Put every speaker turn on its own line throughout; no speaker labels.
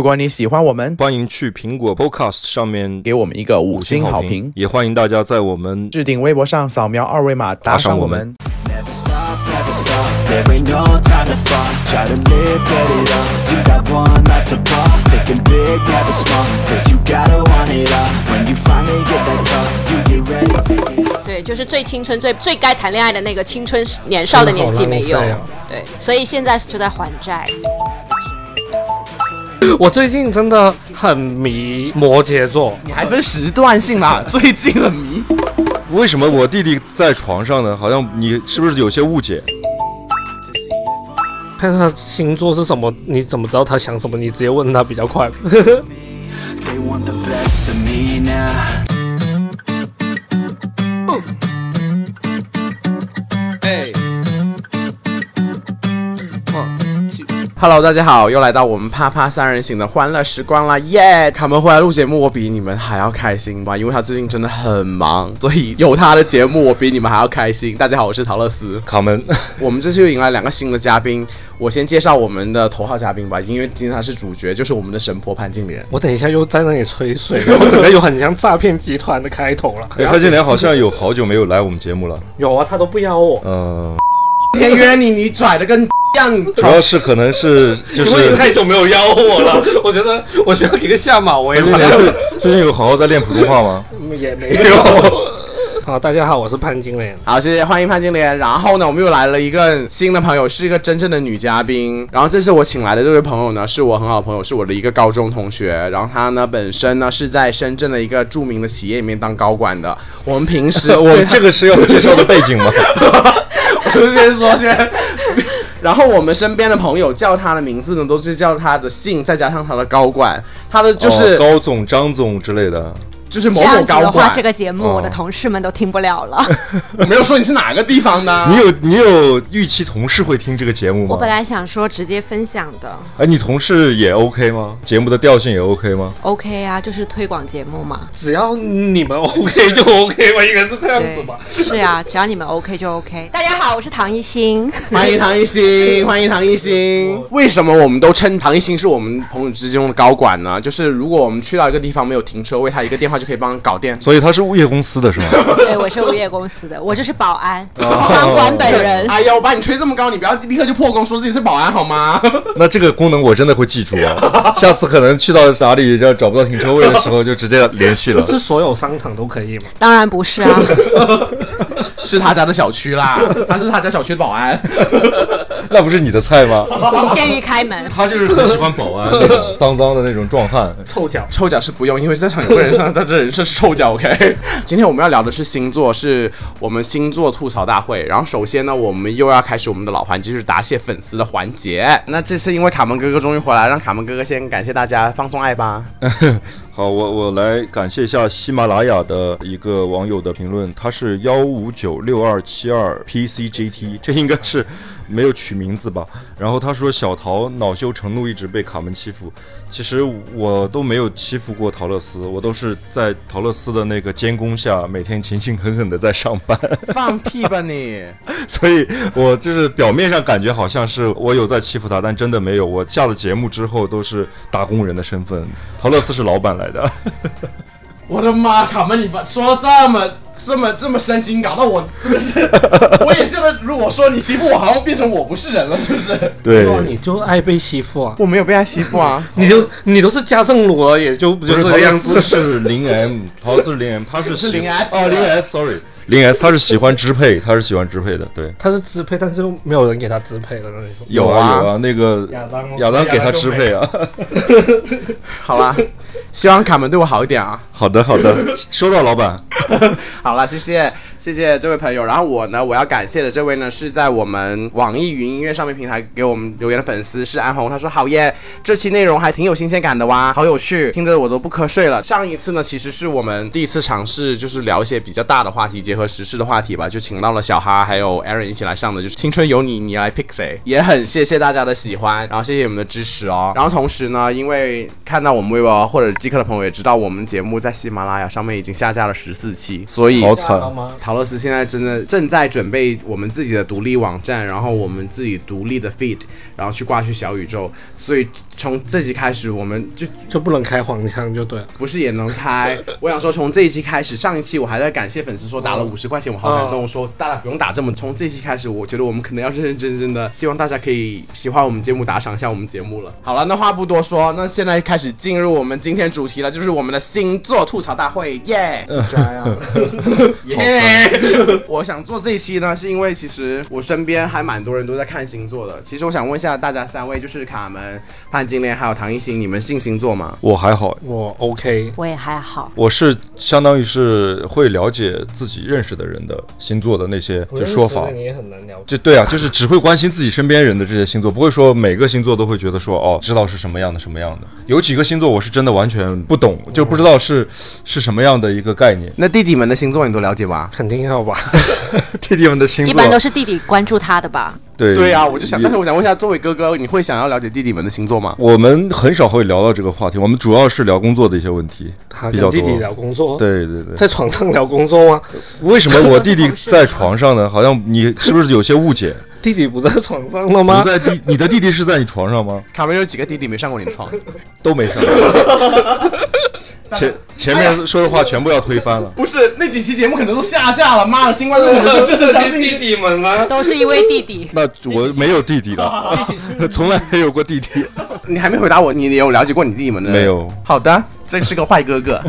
如果你喜欢我们，
欢迎去苹果 Podcast 上面
给我们一个
五
五星
好
好评，
也欢迎大家在我们
置顶微博上扫描二维码打
赏
赏
我
我
们
们。
Never stop, never stop. There ain't no time to fall. Try to live, get it up. You got one life to pop. Thinking big, never small. Cause you gotta want it all. When you finally get that call, you get ready to get
对，就是最青春、最最该谈恋爱的那个青春时年少的年纪没有
真的好浪，啊
对，所以现在就在还债。
我最近真的很迷摩羯座，
你还分时段性 啦，最近很迷。
为什么我弟弟在床上呢？好像你是不是有些误解？
看他星座是什么，你怎么知道他想什么？你直接问他比较快。
They want the best of me now.
Hello，大家好，又来到我们啪啪三人行的欢乐时光啦，耶、卡门回来录节目，我比你们还要开心吧，因为他最近真的很忙，所以有他的节目，我比你们还要开心。大家好，我是陶乐斯。
卡门，
我们这次又迎来两个新的嘉宾，我先介绍我们的头号嘉宾吧，因为今天他是主角，就是我们的神婆潘金莲。
我等一下又在那里吹 水，我整个有很像诈骗集团的开头了。
哎潘金莲好像有好久没有来我们节目了。
有啊，他都不邀我，
嗯，
今天约你，你拽的跟 样。
主要是可能是就
因为你
是
太久没有邀我了， 我觉得我需要给个下马威
潘金
了，
莲最最近有 好好在练普通话吗？
也没有。好，大家好，我是潘金莲。
好，谢谢，欢迎潘金莲。然后呢，我们又来了一个新的朋友，是一个真正的女嘉宾。然后这次我请来的这位朋友呢，是我很好的朋友，是我的一个高中同学。然后他呢，本身呢是在深圳的一个著名的企业里面当高管的。我们平 时
我哦们这个是要介绍的背景吗？
我先说先。然后我们身边的朋友叫他的名字呢，都是叫他的姓，再加上他的高管，他的就是、
哦高总、张总之类的。
就是某
这样
某
子的
高
话，
管。
这个节目
嗯
我的同事们都听不了了。
我没有说你是哪个地方的啊、
你有你有预期同事会听这个节目
我
吗
本？来想说直接分享的
哎，你同事也 OK 吗？节目的调性也 OK 吗？
，OK 啊，就是推广节目嘛。
只要你们 OK 就 OK 吧，应该是这样子吧。
是啊，只要你们 OK 就 OK。大家好，我是唐 一星。
欢迎唐一星，欢迎唐一星。为什么我们都称唐一星是我们朋友之中的高管呢？就是如果我们去到一个地方没有停车位，他一个电话就可以帮搞定。
所以他是物业公司的是吗？
对，我是物业公司的，我就是保安，
哦
商管本人。
哎呀，我把你吹这么高，你不要立刻就破功，说自己是保安好吗？
那这个功能我真的会记住 啊，下次可能去到哪里要找不到停车位的时候，就直接联系 了。
是所有商场都可以吗？
当然不是啊，
是他家的小区 啦，他是他家小区的保安。
那不是你的菜吗？
仅限于开 门。
他就是很喜欢保安那种 脏脏的那种壮汉。
臭脚。
臭脚是不用，因为在场有个人上，他这人是臭 脚。OK，今天我们要聊的是星座，是我们星座吐槽大会。然后首先呢，我们又要开始我们的老环节，就是答谢粉丝的环节。那这次因为卡门哥哥终于回来，让卡门哥哥先感谢大家，放纵爱吧。
好，我我来感谢一下喜马拉雅的一个网友的评论，他是幺五九六二七二 PCGT，这 应该是没有取名字吧。然后他说小桃恼羞成怒，一直被卡门欺负。其实我都没有欺负过陶乐斯，我都是在陶乐斯的那个监工下，每天勤勤恳恳的在上班。
放屁吧你！
所以我就是表面上感觉好像是我有在欺负他，但真的没有。我下了节目之后都是打工人的身份，陶乐斯是老板来的。
我的妈，卡门，你把说这么这么这么深情，搞到我真的 是，我也现在如果说你欺负我，好像变成我不是人了，是不是？
对，
哇，啊你就爱被欺负啊！
我没有被他欺负 啊。
你就你都是家政奴了，也就不
不
就是这
陶
个样
乐
子
斯。是零 M，陶 乐斯是零 M，他是喜
是 0S
哦零 S，sorry，零 S 他是喜欢支配，他是喜欢支配的，对。
他是支配，但是又没有人给他支配了那种。
有啊
啊有啊，那个
亚当
亚当给他支配啊。
好啦，希望卡门对我好一点啊。
好的好的，收到老板。
好了，谢谢谢谢这位朋友。然后我呢，我要感谢的这位呢，是在我们网易云音乐上面平台给我们留言的粉丝是安红，他说好耶，这期内容还挺有新鲜感的哇，好有趣，听得我都不瞌睡了。上一次呢，其实是我们第一次尝试，就是聊一些比较大的话题，结合时事的话题吧，就请到了小哈还有 Aaron 一起来上的，就是青春有你，你来 pick 谁，也很谢谢大家的喜欢，然后谢谢你们的支持哦。然后同时呢，因为看到我们微博或者即刻的朋友也知道，我们节目在喜马拉雅上面已经下架了十四期，所以
好
吓到
惨，
吗？
陶乐斯现在真的正在准备我们自己的独立网站，然后我们自己独立的 feed，然后去挂去小宇宙。所以从这集开始，我们就
就不能开黄腔就对了。
不是也能开。我想说，从这一期开始，上一期我还在感谢粉丝说打了五十块钱，我好感动，说大家不用打这么。从这期开始，我觉得我们可能要认认真真的，希望大家可以喜欢我们节目，打赏一下我们节目了。好了，那话不多说，那现在开始进入我们今天主题了，就是我们的星座吐槽大会，耶、
这样，
耶！ 我想做这一期呢，是因为其实我身边还蛮多人都在看星座的。其实我想问一下大家三位，就是卡门、潘金莲还有唐艺昕，你们信星座吗？
我还好，
我 OK，
我也还好，
我是相当于是会了解自己认识的人的星座的那些就说法。
你也很难聊。
就对啊，就是只会关心自己身边人的这些星座，不会说每个星座都会觉得说哦，知道是什么样的什么样的。有几个星座我是真的完全不懂，就不知道是是什么样的一个概念。
那弟弟们的星座你都了解吧？
肯定 要吧，
弟弟们的星座
一般都是弟弟关注他 的吧？
对
对啊，我就想，
也
但是我想问一下，作为哥哥，你会想要了解弟弟们的星座吗？
我们很少会聊到这个话题，我们主要是聊工作的一些问题
他
比较
跟
多。
弟弟聊工作，，
对对对，
在床上聊工作吗？
为什么我弟弟在床上呢？好像你是不是有些误解？
弟弟不在床上了
你
吗？
在弟，你的弟弟是在你床上吗？
卡门有几个弟弟没上过你的床？
都没上。前前面说的话全部要推翻了。。
不是，那几期节目可能都下架了。妈的，新冠状病毒真的
这
相
些
信
弟
你。
弟们吗？
都是因为弟弟
那我没有弟弟的，从来没有过弟弟。
你还没回答我，你有了解过你弟弟们的？
没有。
好的，这是个坏哥哥。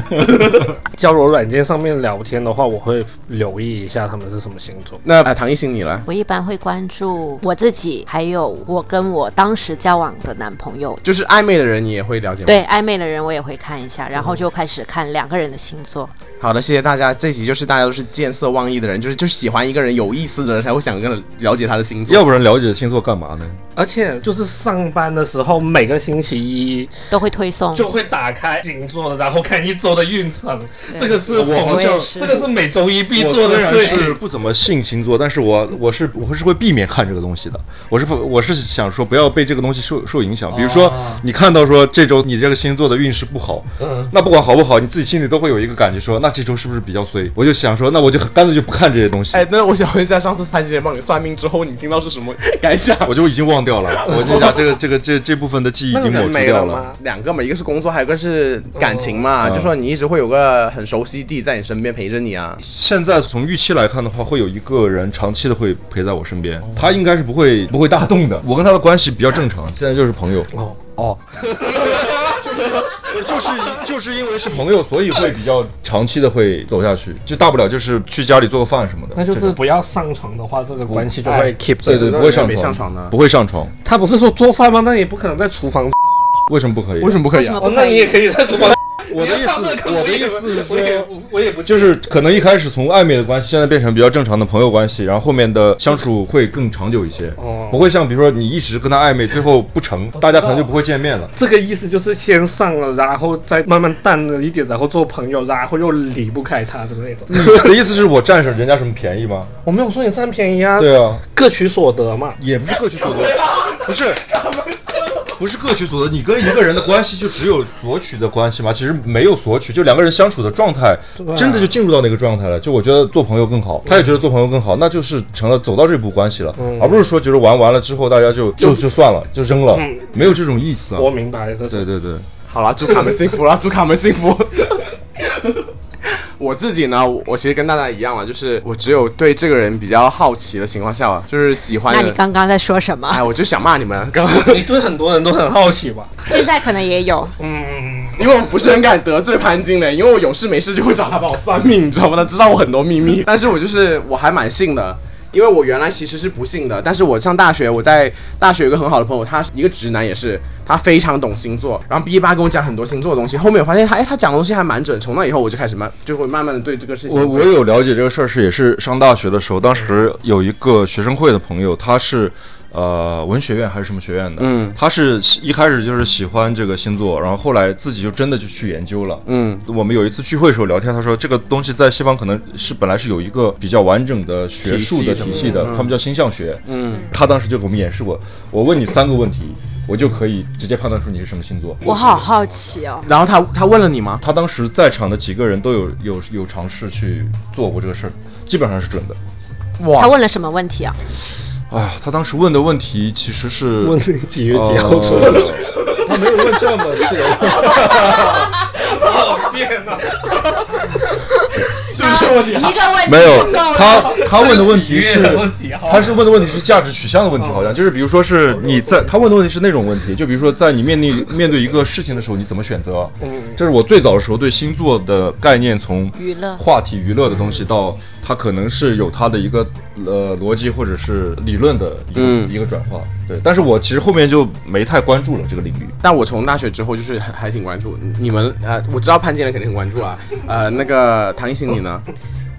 交友软件上面聊天的话，我会留意一下他们是什么星座。
那、呃、唐艺昕你呢？
我一般会关注我自己，还有我跟我当时交往的男朋友。
就是暧昧的人，你也会了解吗？
对暧昧的人我也会看一下，然后就开始看两个人的星座。
好的，谢谢大家。这集就是大家都是见色忘义的人，就是就是喜欢一个人有意思的人才会想跟他了解他的星座。
要不然了解星座干嘛呢？
而且就是上班的时候，每个星期一
都会推送，
就会打开星座，然后看一周的运程。
对
这个是
我好像
也是
这个是每周一必
我
做
虽然
的事
是
情。
不怎么信星座，但是我我是我是会避免看这个东西的。我是不我是想说不要被这个东西受受影响。比如说
啊
你看到说这周你这个星座的运势不好，
嗯
那不管好不好，你自己心里都会有一个感觉说，那这周是不是比较衰？我就想说，那我就干脆就不看这些东西。
哎，那我想问一下，上次三姐帮你算命之后，你听到是什么感想？
我就已经忘掉了，我就把这个这个这这部分的记忆已
那个
经抹
人
除
没
掉
了
了。
吗？
两个嘛，一个是工作，还有一个是感情嘛，
哦
就说你一直会有个很熟悉地在你身边陪着你啊。
现在从预期来看的话，会有一个人长期的会陪在我身边，他应该是不会不会大动的。哦我跟他的关系比较正常，现在就是朋友。
哦
哦， 就是就是就是因为是朋友，所以会比较长期的会走下去，就大不了就是去家里做个饭什么的。
那就
这
是
种
不要上床的话，这个关系就会 keep
哎对
着。
对，
那
不会上
没
床，
上床呢
不会上床，
哎他不是说做饭吗？那也不可能在厨房。
为什么不可以？
为什么不可
为
以、
什
啊
么？不
哦，那
可
你
以
也？可以在厨房。
我的意
你要上这
思，
个课
我的意思是
我也
说。
不，我也不
就是可能一开始从暧昧的关系，现在变成比较正常的朋友关系，然后后面的相处会更长久一些，
哦
不会像比如说你一直跟他暧昧，最后不成，大家可能就不会见面 了。
这个意思就是先上了，然后再慢慢淡了一点，然后做朋友，然后又离不开他的那种。
你的意思是我占着人家什么便宜吗？
我没有说你占便宜啊，
对啊，
各取所得嘛。
也不是各取所得，不是。不是各取所得，你跟一个人的关系就只有索取的关系吗？其实没有索取，就两个人相处的状态，
啊
真的就进入到那个状态了。就我觉得做朋友更好，他也觉得做朋友更好，那就是成了走到这步关系了，而不是说觉得玩完了之后大家就就就算了，就扔了，没有这种意思啊。
我明白这
对
是
对对，
好了，祝卡门幸福了，祝卡门幸福。 我自己呢，我我其实跟大家一样了，啊就是我只有对这个人比较好奇的情况下啊，就是喜欢
那
的
你
人。
刚刚在说什么？
哎，我就想骂你们，刚刚
你对很多人都很好奇吧？
现在可能也有，
嗯，
因为我不是很敢得罪潘金莲，因为我有事没事就会找他帮我算命，你知道吗？他知道我很多秘密，但是我就是我还蛮信的。因为我原来其实是不信的，但是我上大学，我在大学有一个很好的朋友，他是一个直男也是，他非常懂星座，然后 B 八跟我讲很多星座的东西，后面我发现他，哎，他讲的东西还蛮准，从那以后我就开始慢，就会慢慢的对这个事情，
我我有了解这个事儿，是也是上大学的时候，当时有一个学生会的朋友，他是呃文学院还是什么学院的，
嗯，
他是喜一开始就是喜欢这个星座，然后后来自己就真的就去研究了，
嗯，
我们有一次聚会的时候聊天，他说这个东西在西方可能是本来是有一个比较完整的学术
体
的
系什么的
体系的，
嗯
他们叫星象学，
嗯，
他当时就给我们演示过，我问你三个问题，我就可以直接判断出你是什么星座。
我好好奇哦，
然后他他问了你吗？
他当时在场的几个人都有有有尝试去做过这个事儿，基本上是准的。
他
哇，
问了什么问题啊？
哎呀，他当时问的问题其实 是
问这个几月几号出生？
呃 他没有问这么细 的问题，
是不是问题？
一个 问题
没有
就够了。
他他问的问题 是
几月几号哦
他是问的问题是价值取向的问题，好像就是比如说是你在他问的问题是那种问题，就比如说在你面对面对一个事情的时候，你怎么选择？
嗯
这是我最早的时候对星座的概念，从
娱乐
话题娱乐的东西到它可能是有它的一个呃逻辑或者是理论的一个、
嗯
一个转化。对，但是我其实后面就没太关注了这个领域。
但我从大学之后就是还还挺关注你们，呃，我知道潘金莲肯定很关注啊，呃，那个唐艺昕你呢？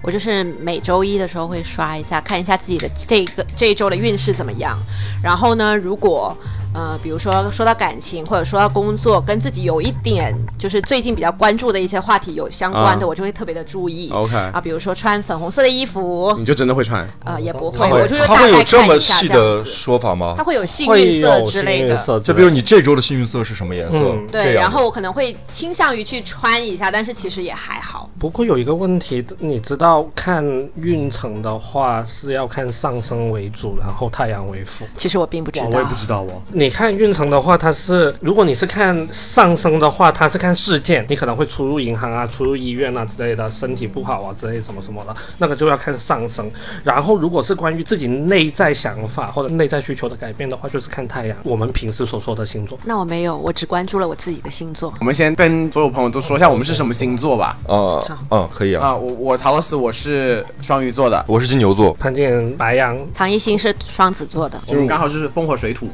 我就是每周一的时候会刷一下，看一下自己的这个这一周的运势怎么样。然后呢，如果呃，比如说说到感情或者说到工作，跟自己有一点就是最近比较关注的一些话题有相关的，
啊
我就会特别的注意。
OK
啊，比如说穿粉红色的衣服，
你就真的会穿？
呃，也不
他
会，我
会
就会
他
大
会有
概
这
看
么
一下
细
这样
的
子。
说法吗
它？会有幸
会
运色
有
之
幸
类
运
的。
色之
就
类
比
的，
如你这周的幸运色是什么颜色？
嗯
这
对，
样
然后我可能会倾向于去穿一下，但是其实也还好。
不过有一个问题，你知道看运程的话是要看上升为主，然后太阳为辅。
其实我并不知道，
知道哦。
你看运程的话，它是如果你是看上升的话，它是看事件，你可能会出入银行啊、出入医院啊之类的，身体不好啊之类什么什么的，那个就要看上升。然后如果是关于自己内在想法或者内在需求的改变的话，就是看太阳，我们平时所说的星座。
那我没有，我只关注了我自己的星座。
我们先跟所有朋友都说一下我们是什么星座吧。
啊啊，可以啊，
啊，我我陶乐斯我是双鱼座的，
我是金牛座，
潘金莲、白羊，
唐艺昕是双子座的，
就是刚好是风火水土。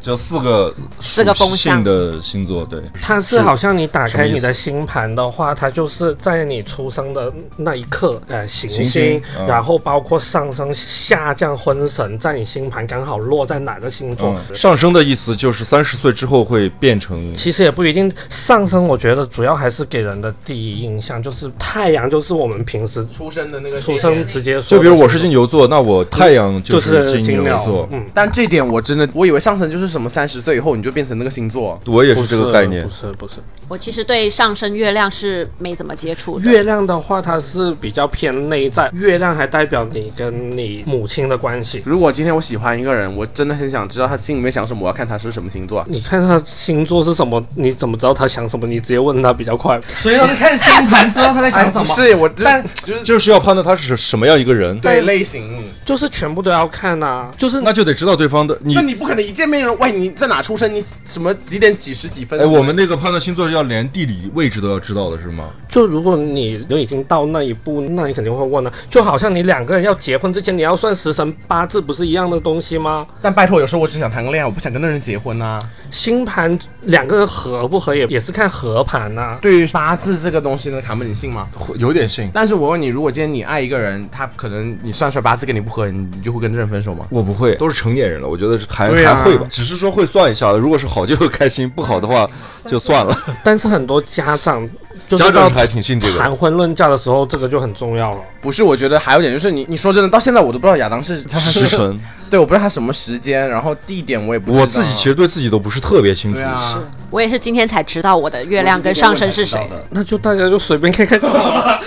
就四个
四个风
属
向
性的星座，对，
它是好像你打
什么
开
意思
你的星盘的话，它就是在你出生的那一刻，呃，行
行
星，
星嗯
然后包括上升、下降、婚神，在你星盘刚好落在哪个星座。
嗯，上升的意思就是三十岁之后会变成
其实也不一定，上升我觉得主要还是给人的第一印象，就是太阳就是我们平时
出生的那个
出生直接说，
就比如我是金牛座，那我太阳
就
就是
金
牛
牛
座，
嗯，
但这点我真的，我以为上升就是什么三十岁以后你就变成那个星座。
我也
不
是这个概念
不。是不是。
我其实对上升月亮是没怎么接触的。
月亮的话，它是比较偏内在，月亮还代表你跟你母亲的关系。
如果今天我喜欢一个人，我真的很想知道他心里面想什么，我要看他是什么星座。
你看他星座是什么？你怎么知道他想什么？你直接问他比较快。哎
所以你看星盘知道他在想什
哎不
么。
是我就，
但
就是要判断他是什么样一个人，
对类型，
就是全部都要看呐、就是
那就得知道对方的你
那。你不可能一见面就说喂你在哪出生，你什么几点几十几分？
哎，我们那个判断星座要连地理位置都要知道的是吗？
就如果你都已经到那一步，那你肯定会问了、啊就好像你两个人要结婚之前，你要算时辰八字，不是一样的东西吗？
但拜托，有时候我只想谈个恋爱，我不想跟那人结婚啊呐、
星盘两个人合不合也也是看合盘呐、
对于八字这个东西呢，卡门你信吗？
会有点信，
但是我问你，如果今天你爱一个人，他可能你算出来八字跟你不合，你你就会跟这人分手吗？
我不会，都是成年人了，我觉得是还
对啊
还会吧，只是说会算一下的。如果是好就开心，不好的话就算了。
但是很多家长就
家
是
长
到
还挺信这个，
谈婚论嫁的时候，这个就很重要了。
不是，我觉得还有一点就是你，你说真的，到现在我都不知道亚当是他
时辰，
对，我不知道他什么时间，然后地点我也不知道。啊
我自己其实对自己都不是特别清楚
对。啊，
我也是今天才知道我的月亮跟上升是谁。
那就大家就随便 看看就好了。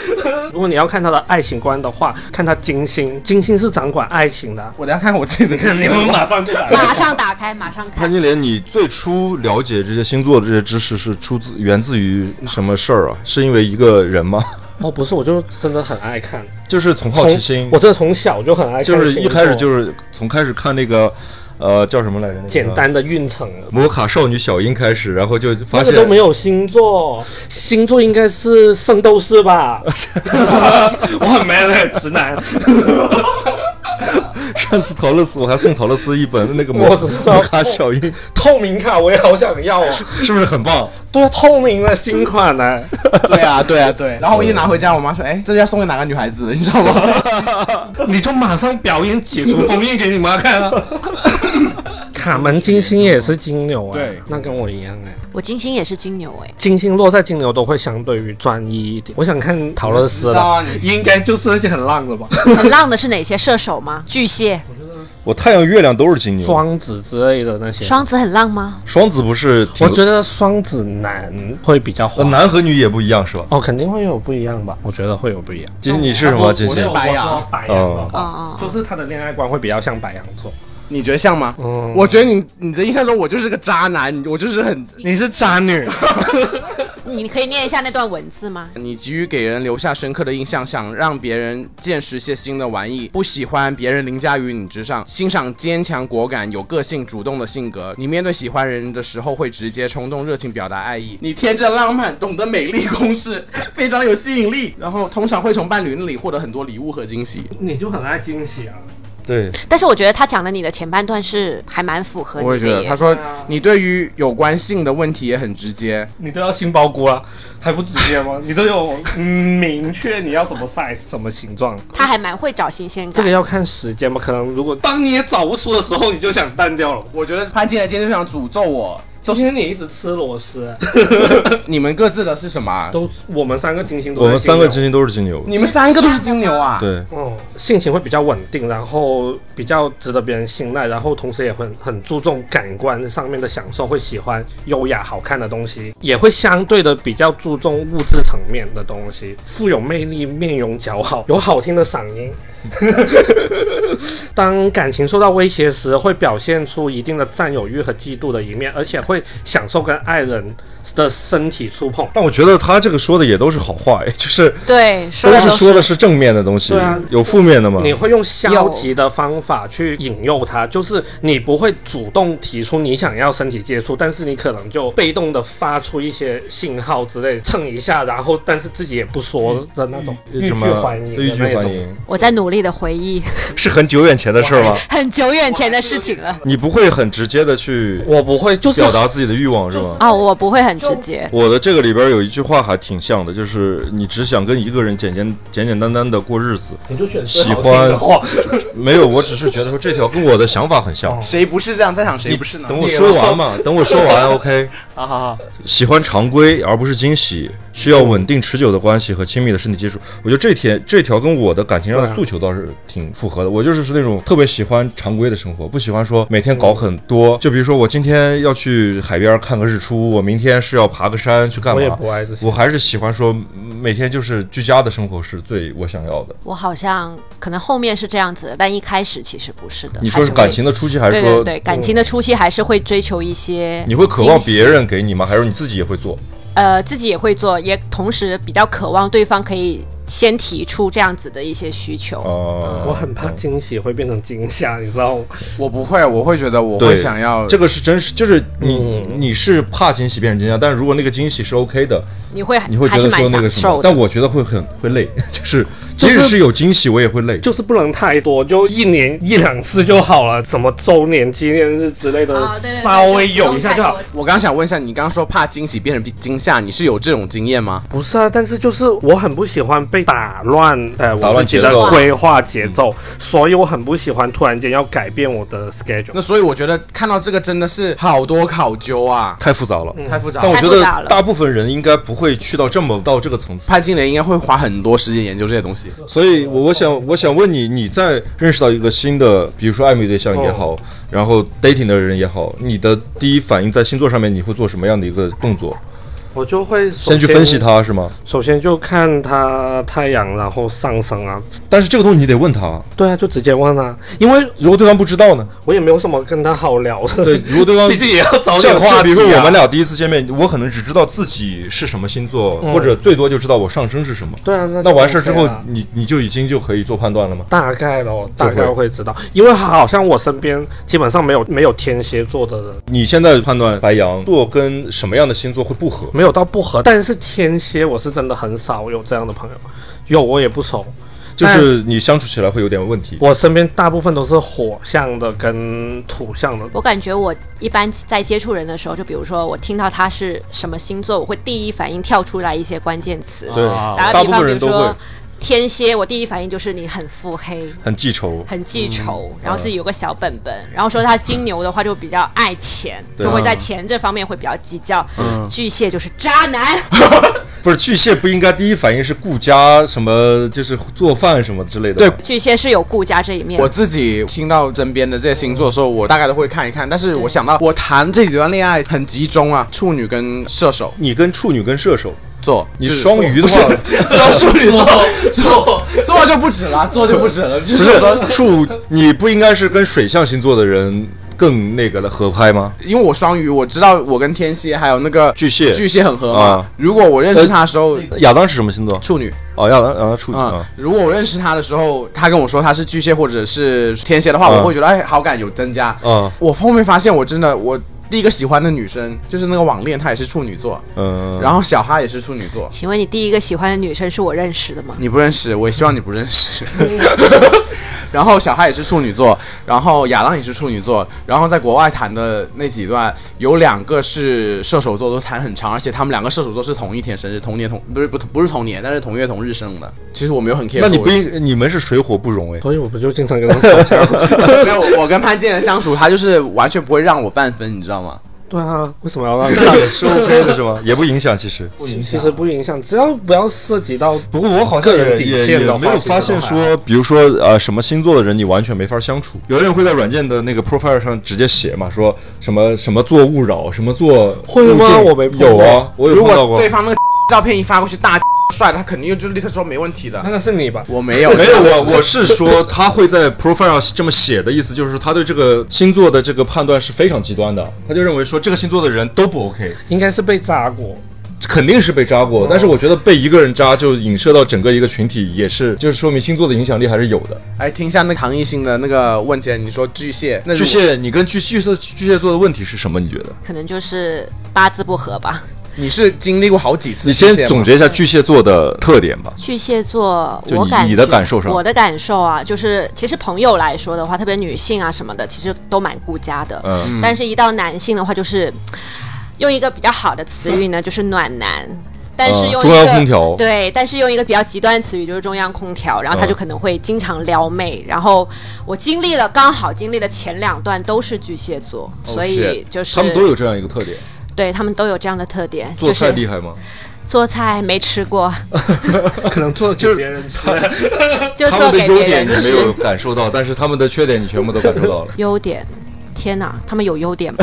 如果你要看他的爱情观的话，看他金星，金星是掌管爱情的。
我等下看我自己的看你们马上就来。
马上打开，马上
潘
看。
金莲，你最初了解这些星座的这些知识是出自源自于什么事儿啊？是因为一个人 吗？
哦，不是，我就真的很爱看，
就是从好
从
奇心
我，真的从小就很爱看星
就
座，
是一开始就是是从开始看那个，呃，叫什么来着？那个
简单的运程。
摩卡少女小樱开始，然后就发
那个
现
都没有星座，星座应该是圣斗 士吧？我很 man 的直男，
上次陶乐斯，我还送陶乐斯一本 那个摩
我知道
摩卡小樱，
透明卡我也好想要哦。
是不是很棒？
对啊，透明的新款呢、
对啊，对啊，对。然后我一拿回家，我妈说：“哎，这是要送给哪个女孩子的？你知道吗
你就马上表演解除封印给你妈看啊！ 卡门金星也是金牛哎、
对
那跟我一样哎、
我金星也是金牛哎，
金星落在金牛都会相对于专一一点。我想看陶乐斯
知道啊
了
你，
应该就是那些很浪的吧？
很浪的是哪些？射手吗？巨蟹。
我太阳、月亮都是金牛。
双子之类的那些。
双子很浪吗？
双子不是挺？
我觉得双子男会比较
呃
火。
男和女也不一样是吧？
哦，肯定会有不一样吧？我觉得会有不一样。
姐姐你是什么？姐
我
姐
是我
白羊
说白羊的
哦
话，
哦
就是他的恋爱观会比较像白羊座。
你觉得像吗？
嗯
我觉得你你的印象中我就是个渣男，你我就是很
你是 渣女，
哦你可以念一下那段文字吗？
你急于给人留下深刻的印象，想让别人见识些新的玩意，不喜欢别人凌驾于你之上，欣赏坚强果敢、有个性、主动的性格。你面对喜欢人的时候会直接冲动、热情表达爱意。你天真浪漫，懂得美丽公式，非常有吸引力。然后通常会从伴侣那里获得很多礼物和惊喜。
嗯你就很爱惊喜啊。
对，
但是我觉得他讲的你的前半段是还蛮符合你的
我也
耶。
觉得，他说你对于有关性的问题也很直接。
你都要杏鲍菇了，还不直接吗？ 你都有、嗯、明确你要什么 size、什么形状。
他还蛮会找新鲜
这
感
个。要看时间吧，可能如果当你也找不出的时候，你就想淡掉了。
我觉得潘金莲今天就想诅咒我。
今天你一直吃螺丝，
你们各自的是什么啊？
都我们三个金星都
我们三个
金。
金星都是金牛。
你们三个都是金牛啊？
对，
哦，性情会比较稳定，然后比较值得别人信赖，然后同时也很很注重感官上面的享受，会喜欢优雅好看的东西，也会相对的比较注重物质层面的东西，富有魅力，面容姣好， 有好听的嗓音。 当感情受到威胁时，会表现出一定的占有欲和嫉妒的一面，而且会享受跟爱人的身体触碰。
但我觉得他这个说的也 都是好话，哎，就是
对，
都
说的
是
都
说的是正面的东西
对啊，
有负面的吗？
你会用消极的方法去引诱他，就是你不会主动提出你想要身体接触，但是你可能就被动的发出一些信号之类，蹭一下，然后但是自己也不说的那种，欲
嗯什
拒
么
还迎
对欲拒
的那
还
种。
迎，
我在努力的回忆
是很久远前的事儿吗？
很久远前的事情了。
你不会很直接的去
我不会，就是
表达自己的欲望是吗？
哦，我不会很直接。
我的这个里边有一句话还挺像的，就是你只想跟一个人简简简简单单的过日子，
你就选
喜
最好听的
欢
话， 哦
没有，我只是觉得说这条跟我的想法很像。
谁不是这样？在场谁
你
不是呢？
等我说完嘛，等我说完，OK。
好好好，
喜欢常规而不是惊喜，需要稳定持久的关系和亲密的身体接触。我觉得这天这条跟我的感情上
对
的
啊
诉求倒是挺符合的。我就是是那种特别喜欢常规的生活，不喜欢说每天搞很多。就比如说我今天要去海边看个日出，我明天是要爬个山去干嘛？
我也不爱这些
我还是喜欢说嗯每天就是居家的生活是最我想要的。
我好像可能后面是这样子的，但一开始其实不是的。
你说是
还会
感情的初期，还是
对对
说
对，感情的初期还是会追求一些。
你会渴望别？人给你吗？还是你自己也会做？
呃，自己也会做，也同时比较渴望对方可以先提出这样子的一些需求。
哦、
我很怕惊喜会变成惊吓，你知道吗？
我不会，我会觉得我会
对，
想要
这个是真实，就是
嗯
你、你是怕惊喜变成惊吓，但是如果那个惊喜是 OK 的，
你会
你会觉
还
得
是
说
蛮
那个
享
什么
受，
但
的。
我觉得会很会累， 就是即
就是
使是有惊喜，我也会累。
就是不能太多，就一年一两次就好了，什么周年纪念日之类的，
啊对对对
稍微有一下就好。
我刚想问一下，你刚刚说怕惊喜变成惊吓，你是有这种经验吗？
不是啊，但是就是我很不喜欢被打乱，呃，
打
我自
乱
己
节
的
奏
规划节奏，所以我很不喜欢突然间要改变我的 schedule
那。所以我觉得看到这个真的是好多考究啊，
太复杂了，
太复杂
但
了。
我
嗯太
觉
复
得
杂了
大部分人应该不会去到这么到这个层次。
潘金莲应该会花很多时间研究这些东西。
所以我，我想，我想问你，你在认识到一个新的，比如说暧昧对象
哦
也好，然后 dating 的人也好，你的第一反应在星座上面，你会做什么样的一个动作？
我就会首
先去分析，他是吗？
首先就看他太阳，然后上升啊，
但是这个东西你得问他，
对啊，就直接问啊，因为
如果对方不知道 呢？
我也没有什么跟他好聊 的。
对，如果对方
毕竟也要找
像
点话题、啊。
就比如说我们俩第一次见面，我可能只知道自己是什么星座，或者最多就知道我上升是什么。
嗯对啊那
那
就
完事儿
OK
之后
了，
你你就已经就可以做判断了吗？
大概咯，
就
大
会
概会知道，因为好像我身边基本上没有没有天蝎座的人，
你现在判断白羊座跟什么样的星座会不合？
没有到不合，但是天蝎我是真的很少有这样的朋友，有我也不熟。
就是你相处起来会有点问题。
我身边大部分都是火象的跟土象的，
我感觉我一般在接触人的时候，就比如说我听到他是什么星座，我会第一反应跳出来一些关键词。
对
打，个
大
比
部
方，
分
比
人
如
都
说
会。
天蝎，我第一反应就是你很腹黑，
很记仇。
很记
嗯
仇，然后自己有个小本本，然后说他金牛的话就比较爱钱，
对啊嗯
就会在钱这方面会比较计较。巨蟹就是渣男，
不是巨蟹不应该第一反应是顾家什么，就是做饭什么之类的。
对，
巨蟹是有顾家这一面
我。自己听到身边的这些星座的时候，我大概都会看一看。但是我想到我谈这几段恋爱很集中啊，处女跟射手
你跟处女跟射手，
座，
你
就是
双鱼的话，
说处女座座座就不止了，座就不止了，就
不
是说，
是处，你不应该是跟水象星座的人更那个的合拍吗？
因为我双鱼，我知道我跟天蝎还有那个
巨蟹
巨蟹很合嘛
啊。
如果我认识他的时候，
亚当是什么星座？
处女
哦，亚当，亚当处女
啊
啊。，
如果我认识他的时候，他跟我说他是巨蟹或者是天蝎的话，
嗯
我会觉得哎，好感有增加。
嗯
我后面发现，我真的我第一个喜欢的女生就是那个网恋，她也是处女座，
嗯，
然后小哈也是处女座。
请问你第一个喜欢的女生是我认识的吗？
你不认识，我也希望你不认识。然后小哈也是处女座，然后亚当也是处女座，然后在国外谈的那几段，有两个是射手座，都谈很长，而且他们两个射手座是同一天生日，同年同不是不不是同年，但是同月同日生的。其实我没有很 care，
那你
我
不应，你们是水火不 容哎。
所以我不就经常跟他吵 架？
没有，我跟潘金莲相处，他就是完全不会让我半分，你知道吗？
对啊，为什么要让
这也是 OK 的是吗？也不影响，其实。
其实不影响，只要不要涉及到
不过我好像
个人
也
底
也
线的
也
话
没有发现说，比如说呃什么星座的人你完全没法相处。有的人会在软件的那个 profile 上直接写嘛，说什么什么做勿扰，什么做
会吗
入境
我没碰
有啊
过，
我有
如
碰到
果
过。
对方那个 照片一发过去，大 帅，他肯定就立刻说没问题 的
那。个是你吧？
我没有，
没有，啊我我是说他会在 profile 上这么写的意思，就是他对这个星座的这个判断是非常极端的，他就认为说这个星座的人都不 OK，
应该是被扎过。
肯定是被扎过。但是我觉得被一个人扎就影射到整个一个群体，也是就是说明星座的影响力还是有的。
哎，听一下那个唐艺昕的那个问题，你说巨蟹，那如
巨蟹，你跟巨巨蟹巨蟹座的问题是什么？你觉得？
可能就是八字不合吧。
你是经历过好几次
你
巨蟹吗，
先总结一下巨蟹座的特点吧。
巨蟹座，
就
我
你
感
你的
觉
感受上
我的感受啊，就是其实朋友来说的话，特别女性啊什么的，其实都蛮顾家的。
嗯，
但是，一到男性的话，就是用一个比较好的词语呢，就是暖男。但是
呃
用一
嗯中央
个
空调
对，但是用一个比较极端的词语就是中央空调，然后他就
嗯
可能会经常撩妹。然后我经历了，刚好经历了前两段都是巨蟹座，所以
shit
就是
哦他们都有这样一个特点。
对他们都有这样的特点，
做菜厉
害，
害吗？
做菜没吃 过
可能做的给别人 吃，
就
他
做
们的
给
优
别
点
人
你没
吃。
有感受到，但是他们的缺点你全部都感受 到了。
优点，天哪，他们有优点 吗？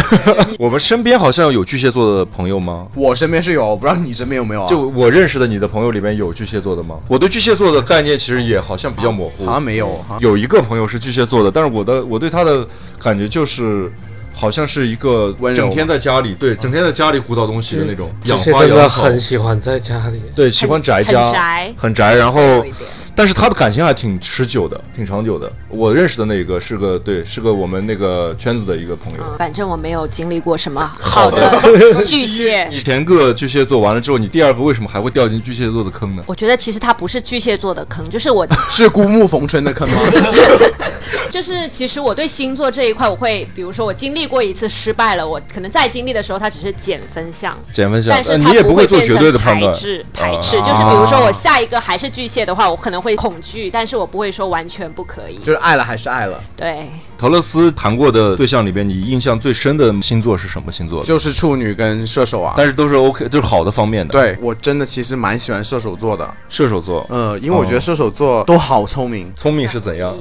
我们身边好像有巨蟹座的朋友吗？
我身边是有，我不知道你身边有没有啊？
就我认识的你的朋友里面有巨蟹座的吗？啊我对巨蟹座的概念其实也好像比较模糊
好。像没有
啊
哈。
有一个朋友是巨蟹座的，但是我的我对他的感觉就是。好像是一个
温柔
整天在家里，对，整天在家里鼓捣东西的那种，
巨
养
蟹
花
真的
养草，
很喜欢在家 里。
对，喜欢宅家，
很宅
很宅。然后
有一点，
但是他的感情还挺持久的，挺长久的。我认识的那个是个，对，是个我们那个圈子的一个朋友。
嗯反正我没有经历过什么好的 嗯巨蟹。
你前个巨蟹座完了之后，你第二个为什么还会掉进巨蟹座的坑呢？
我觉得其实它不是巨蟹座的坑，就是我，
是孤木逢春的坑吗？
就是其实我对星座这一块，我会比如说我经历过一次失败了，我可能再经历的时候，它只是减分项，
减分项，
但是
呃
它
你也
不
会做
变
绝
成
对的判
排
断，
斥排
啊
斥，就是比如说我下一个还是巨蟹的话，我可能会恐惧，但是我不会说完全不可以
就。是爱了还是爱了，
对，
陶乐斯谈过的对象里边，你印象最深的星座是什么星座？
就是处女跟射手啊。
但是都是 OK，就是好的方面的。，
对我真的其实蛮喜欢射手座的，
射手座，
呃，因为我觉得
哦
射手座都好聪明，
聪明是怎样？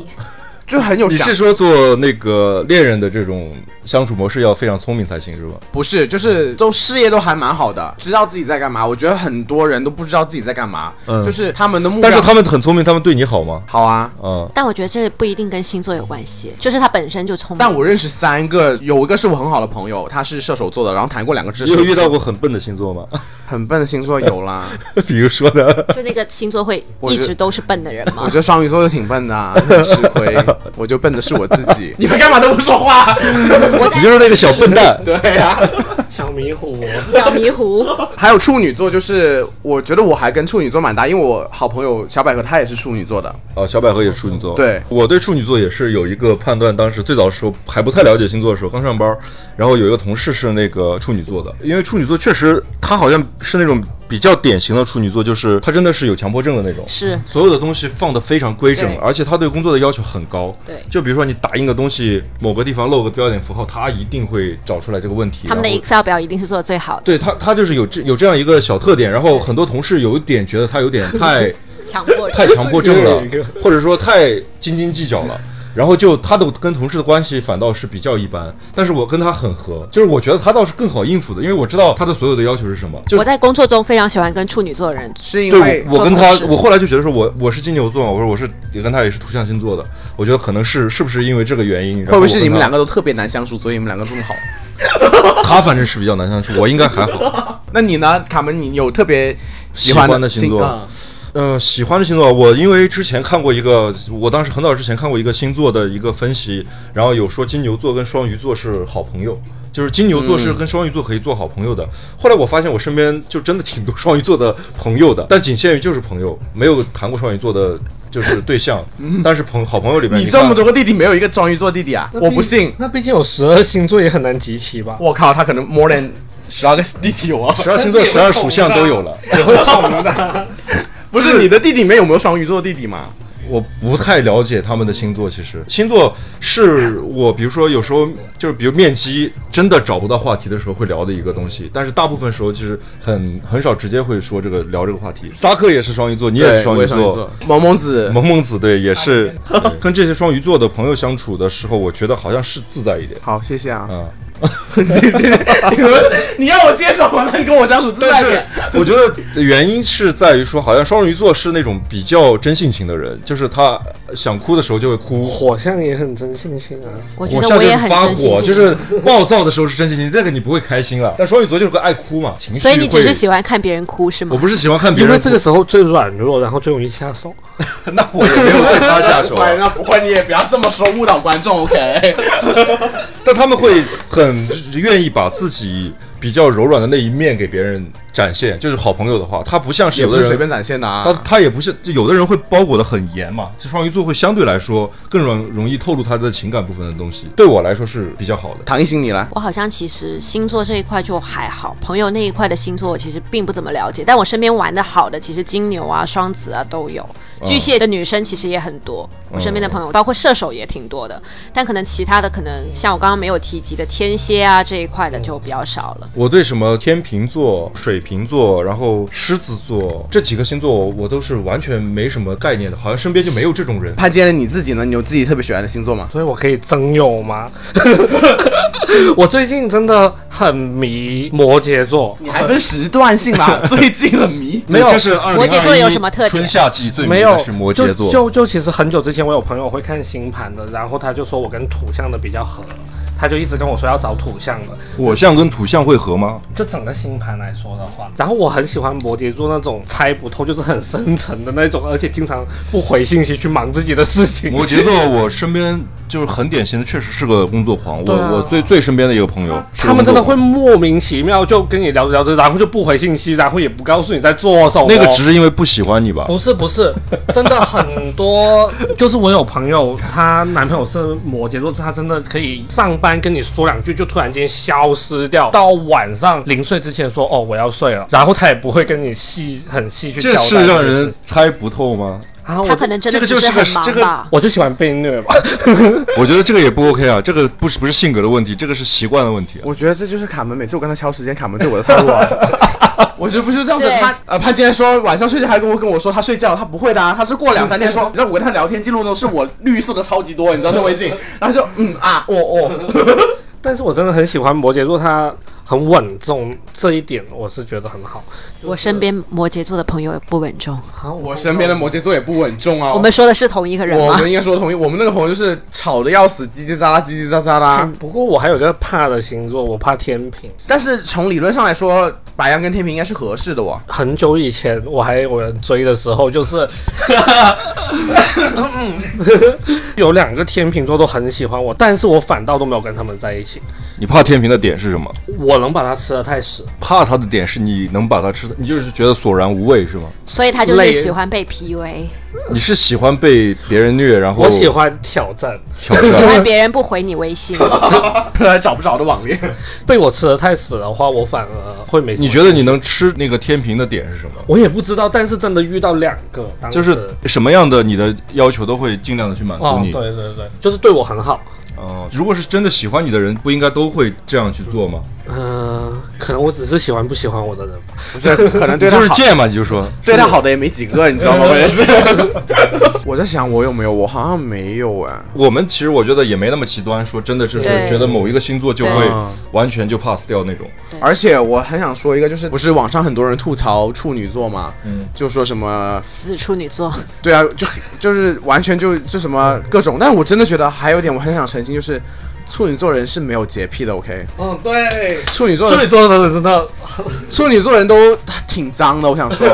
就很有
你
想
是说做那个恋人的这种相处模式要非常聪明才行是吧？
不是，就是都事业都还蛮好的，知道自己在干嘛。我觉得很多人都不知道自己在干嘛，
嗯
就是他们的目标。
但是他们很聪明，他们对你好吗？
好啊，
嗯，
但我觉得这不一定跟星座有关系，就是他本身就聪明。
但我认识三个，有一个是我很好的朋友，他是射手座的，然后谈过两个之
你
后，
有遇到过很笨的星座吗？
很笨的星座有啦。
比如说呢？
就那个星座会
我
一
觉
直都是笨的人
我
吗
觉？得双鱼座就挺笨的、啊， 很吃亏。我就笨的是我自己。 你们干嘛都不说话？
我在
你就是那个小笨蛋。对，
对啊呀、
小迷糊，
小迷糊，
还有处女座，就是我觉得我还跟处女座蛮搭，因为我好朋友小百合她也是处女座的。
哦，小百合也是处女座。
对
我对处女座也是有一个判断。当时最早的时候还不太了解星座的时候，刚上班，然后有一个同事是那个处女座的，因为处女座确实他好像是那种比较典型的处女座就是他真的是有强迫症的那种，
是
所有的东西放得非常规整
对，
而且他对工作的要求很高。
对
就比如说你打印个东西，某个地方漏个标点符号，他一定会找出来这个问题。
他们的
然后
Excel 表一定是做的最好的，
对他，他就是有这有这样一个小特点，然后很多同事有一点觉得他有点 太
强迫症
太强迫症了
有一个，
或者说太斤斤计较了。然后就他的跟同事的关系反倒是比较一般，但是我跟他很合，就是我觉得他倒是更好应付的，因为我知道他的所有的要求是什么。就
我在工作中非常喜欢跟处女座的人，
是因
对
为
我我跟
做
他
同事，
我后来就觉得说我我是金牛座嘛，我说我是也跟他也是土象星座的，我觉得可能是是不是因为这个原因，然后
会不会是你们
我跟他
两 个都特别难相处，所以你们两个这么好？
他反正是比较难相处，我应该还好。
那你呢，卡门？你有特别喜
喜
欢
欢的星座
啊
呃，喜欢的星座，我因为之前看过一个，我当时很早之前看过一个星座的一个分析，然后有说金牛座跟双鱼座是好朋友，就是金牛座是
嗯
跟双鱼座可以做好朋友的。后来我发现我身边就真的挺多双鱼座的朋友的，但仅限于就是朋友，没有谈过双鱼座的。就是对象，
嗯
但是朋好朋友里面
你
看
这么多个弟弟，没有一个双鱼座弟弟啊？
那
我
毕
不信。
那毕竟有十二星座也很难集齐吧？
我靠，他可能 more than 十二个弟弟有啊！
十二星座、十二属相都有了。
也会宠的。
不是你的弟弟里面有没有双鱼座弟弟嘛？
我不太了解他们的星座，其实星座是我，比如说有时候就是比如面基真的找不到话题的时候会聊的一个东西，但是大部分时候其实很很少直接会说这个聊这个话题。萨克也是双鱼座，你也是
对，
双
我
鱼
也双鱼
座
座。。萌萌子，
萌萌子对，也是对跟这些双鱼座的朋友相处的时候，我觉得好像是自在一点
好，谢谢啊。
啊。
你们，你让我接手完了，你跟我相处自在
但
一
是
点。
我觉得原因是在于说，好像双鱼座是那种比较真性情的人，就是他想哭的时候就会哭，
火象也很真性情啊，
我觉
我
得
像
我
就是
也很
发
真性
火，
情，
就是暴躁的时候是真性情，那个你不会开心了。但双鱼座就是个爱哭嘛，情绪
所以你只是
会
喜欢看别人哭是吗
我？不是喜欢看别
因
人
为
哭
这个，时候最软弱，然后最容易下手。
那我也没有对他 下手啊。
哎那不会，你也不要这么说，误导观众。OK，
但他们会很愿意把自己比较柔软的那一面给别人展现，就是好朋友的话，他不像是
也
有
不
的
是随便
人。
展现的
他
啊。
他也不是，就有的人会包裹的很严嘛，这双鱼座会相对来说更容容易透露他的情感部分的东西，对我来说是比较好的。
唐艺昕，你来。
我好像其实星座这一块就还好，朋友那一块的星座我其实并不怎么了解，但我身边玩的好的其实金牛啊、双子啊都有，
嗯
巨蟹的女生其实也很多，我身边的朋友包括射手也挺多的，但可能其他的可能像我刚刚没有提及的天蝎啊这一块的就比较少了。
我对什么天秤座、水瓶座，然后狮子座这几个星座，我都是完全没什么概念的，好像身边就没有这种人。
潘接你自己呢？你有自己特别喜欢的星座吗？
所以我可以征友吗？ 我最近真的很迷摩羯座，
你还分时段性 吗？最近很迷。
没
有
这是二
摩羯座有什么特点
春夏季最迷
没有
的是摩羯座，
就就就其实很久之前我有朋友会看星盘的，然后他就说我跟土象的比较合，他就一直跟我说要找土象的，
火象跟土象会合 吗？
就整个星盘来说的话，然后我很喜欢摩羯座那种猜不透，就是很深沉的那种，而且经常不回信息去忙自己的事情。
摩羯座，我身边就是很典型的，确实是个工作狂。我、
对啊
我最最身边的一个朋友，是个
他们真的
工作
会
狂
莫名其妙就跟你聊着聊着，然后就不回信息，然后也不告诉你在做什么。
那个只是因为不喜欢你吧？
不是不 是，真的很多，就是我有朋友，她男朋友是摩羯座，她真的可以上班跟你说两句，就突然间消失掉，到晚上临睡之前说哦我要睡了，然后她也不会跟你细很细去交
这
代。
是让人猜不透吗？
啊，我
他可能真
嗯这
的
个
只
就是个
很忙
这
吧。
个
我就喜欢被虐吧。
我觉得这个也不 OK 啊，这个不是不是性格的问题，这个是习惯的问题啊。
我觉得这就是卡门，每次我跟他敲时间，卡门对我的套路啊。 我觉得不是这样子，
对
他呃，他今天说晚上睡觉还跟我跟我说他睡觉，他不会的、啊，他是过两三天说，你知道我跟他聊天记录都是我绿色的超级多，你知道那微信，然后就嗯啊，哦哦，
但是我真的很喜欢摩羯座，他很稳重，这一点我是觉得很好。
我身边摩羯座的朋友也不稳重。
好，
嗯
我身边的摩羯座也不稳重啊，
我们说的是同一个人
我
吗？
们应该说同意，我们那个朋友就是吵得要死，叽叽喳喳，叽叽喳喳啦。
啊不过我还有一个怕的星座，我怕天平。
但是从理论上来说，白羊跟天平应该是合适的 哦。
很久以前我还有人追的时候，就是，嗯 有两个天秤座都很喜欢我，但是我反倒都没有跟他们在一起。
你怕天平的点是什么？
我能把它吃的太死，
怕他的点是你能把它吃的，你就是觉得索然无味是吗？
所以他就
累
是喜欢被 PUA。
嗯你是喜欢被别人虐，然后
我喜欢挑战，
挑
喜
战。
欢别人不回你微信，
找不着的网恋，
被我吃的太死的话，我反而会没什么兴趣。
你觉得你能吃那个天平的点是什么？
我也不知道，但是真的遇到两个，当时
就是什么样的你的要求都会尽量的去满
哦
足，你。
对对对，就是对我很好。
哦，如果是真的喜欢你的人，不应该都会这样去做吗？
嗯，可能我只是喜欢不喜欢我的人吧。
不是可能
你
对他
就是
好，
贱嘛，你就说。
对他好的也没几个，你知道 吗？我也是。 我在想我有没有，我好像没有哎。
我们其实我觉得也没那么极端，说真的，就是
对
觉得某一个星座就会
对
完全就 pass 掉那种。
而且我很想说一个，就是不是网上很多人吐槽处女座嘛，
嗯
就说什么
死处女座，
对啊，就就是完全就就什么各种。但是我真的觉得还有一点我很想澄清，就是处女座人是没有洁癖的，OK？
嗯，对。
处女座
处
人
女座的人真的，
处女座人都挺脏的，我想 说，